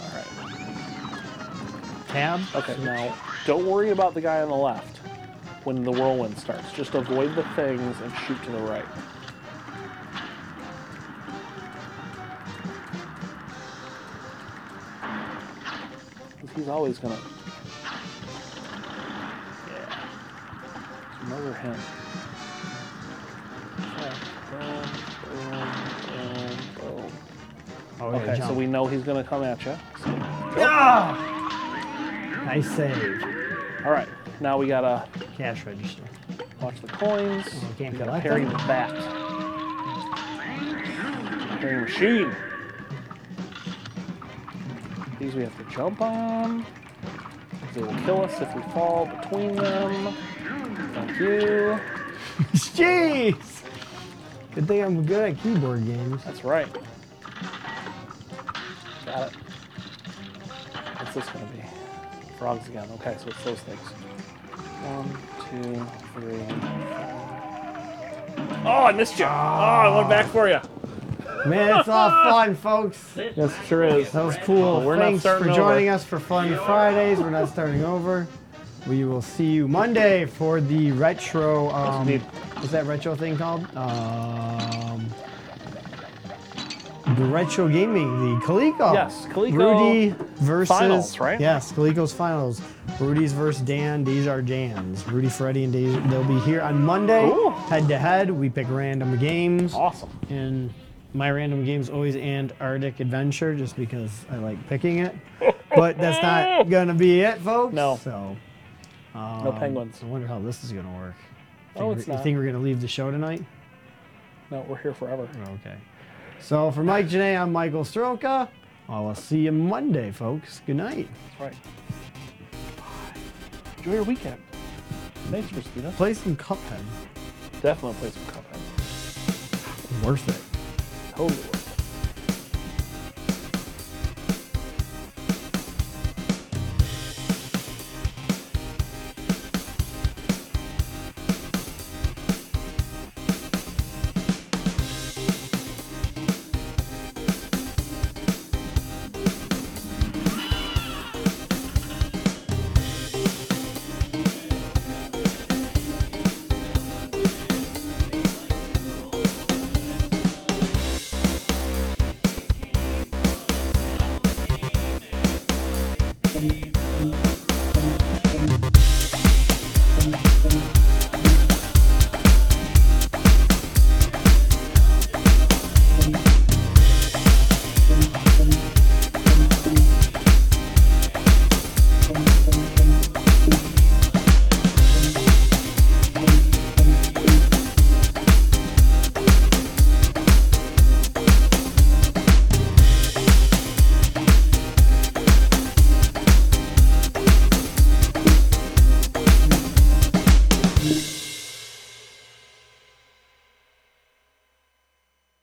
Speaker 3: All right.
Speaker 1: Tab.
Speaker 3: Okay, now don't worry about the guy on the left when the whirlwind starts. Just avoid the things and shoot to the right. Because he's always gonna. Yeah. Murder him. Okay, boom, boom, boom, boom.
Speaker 1: Oh, yeah,
Speaker 3: Okay, so
Speaker 1: jump.
Speaker 3: we know he's gonna come at you.
Speaker 1: Ah! I saved.
Speaker 3: All right, now we gotta
Speaker 1: Cash register.
Speaker 3: Watch the coins.
Speaker 1: Oh, I can't
Speaker 3: You gotta
Speaker 1: collect
Speaker 3: parry
Speaker 1: them.
Speaker 3: the bat. Parry machine. These we have to jump on. 'cause They will kill us if we fall between them. Thank you.
Speaker 1: Jeez! Good thing I'm good at keyboard games.
Speaker 3: That's right. Got it. What's this gonna be? Frogs again. Okay, so it's those things. One, two, three. four. Oh, I missed you. Oh, I went back for you.
Speaker 1: Man, it's all fun, folks.
Speaker 3: Yes, it sure is.
Speaker 1: That was cool.
Speaker 3: We're not
Speaker 1: Thanks
Speaker 3: starting
Speaker 1: for joining
Speaker 3: over.
Speaker 1: us for Fun Fridays. We're not starting over. We will see you Monday for the retro. Um,
Speaker 3: indeed.
Speaker 1: what's that retro thing called? Um, the retro gaming, the Coleco.
Speaker 3: Yes, Coleco
Speaker 1: Rudy versus
Speaker 3: finals, right?
Speaker 1: Yes, Coleco's finals. Rudy's versus Dan. These are Dan's. Rudy, Freddy, and Deja, they'll be here on Monday.
Speaker 3: Cool.
Speaker 1: Head to head, we pick random games
Speaker 3: Awesome.
Speaker 1: and my random game's always Antarctic Adventure just because I like picking it. But that's not gonna be it, folks.
Speaker 3: No.
Speaker 1: So
Speaker 3: No penguins.
Speaker 1: I wonder how this is gonna work.
Speaker 3: Oh,
Speaker 1: Think we're-
Speaker 3: it's not.
Speaker 1: You think we're gonna leave the show tonight?
Speaker 3: No, we're here forever.
Speaker 1: Okay. So for Mike Janae, I'm Michael Stroka. I will see you Monday, folks. Good night.
Speaker 3: All right. Enjoy your weekend. Thanks, Christina.
Speaker 1: Play some Cuphead.
Speaker 3: Definitely play some Cuphead.
Speaker 1: Worth it.
Speaker 3: Totally.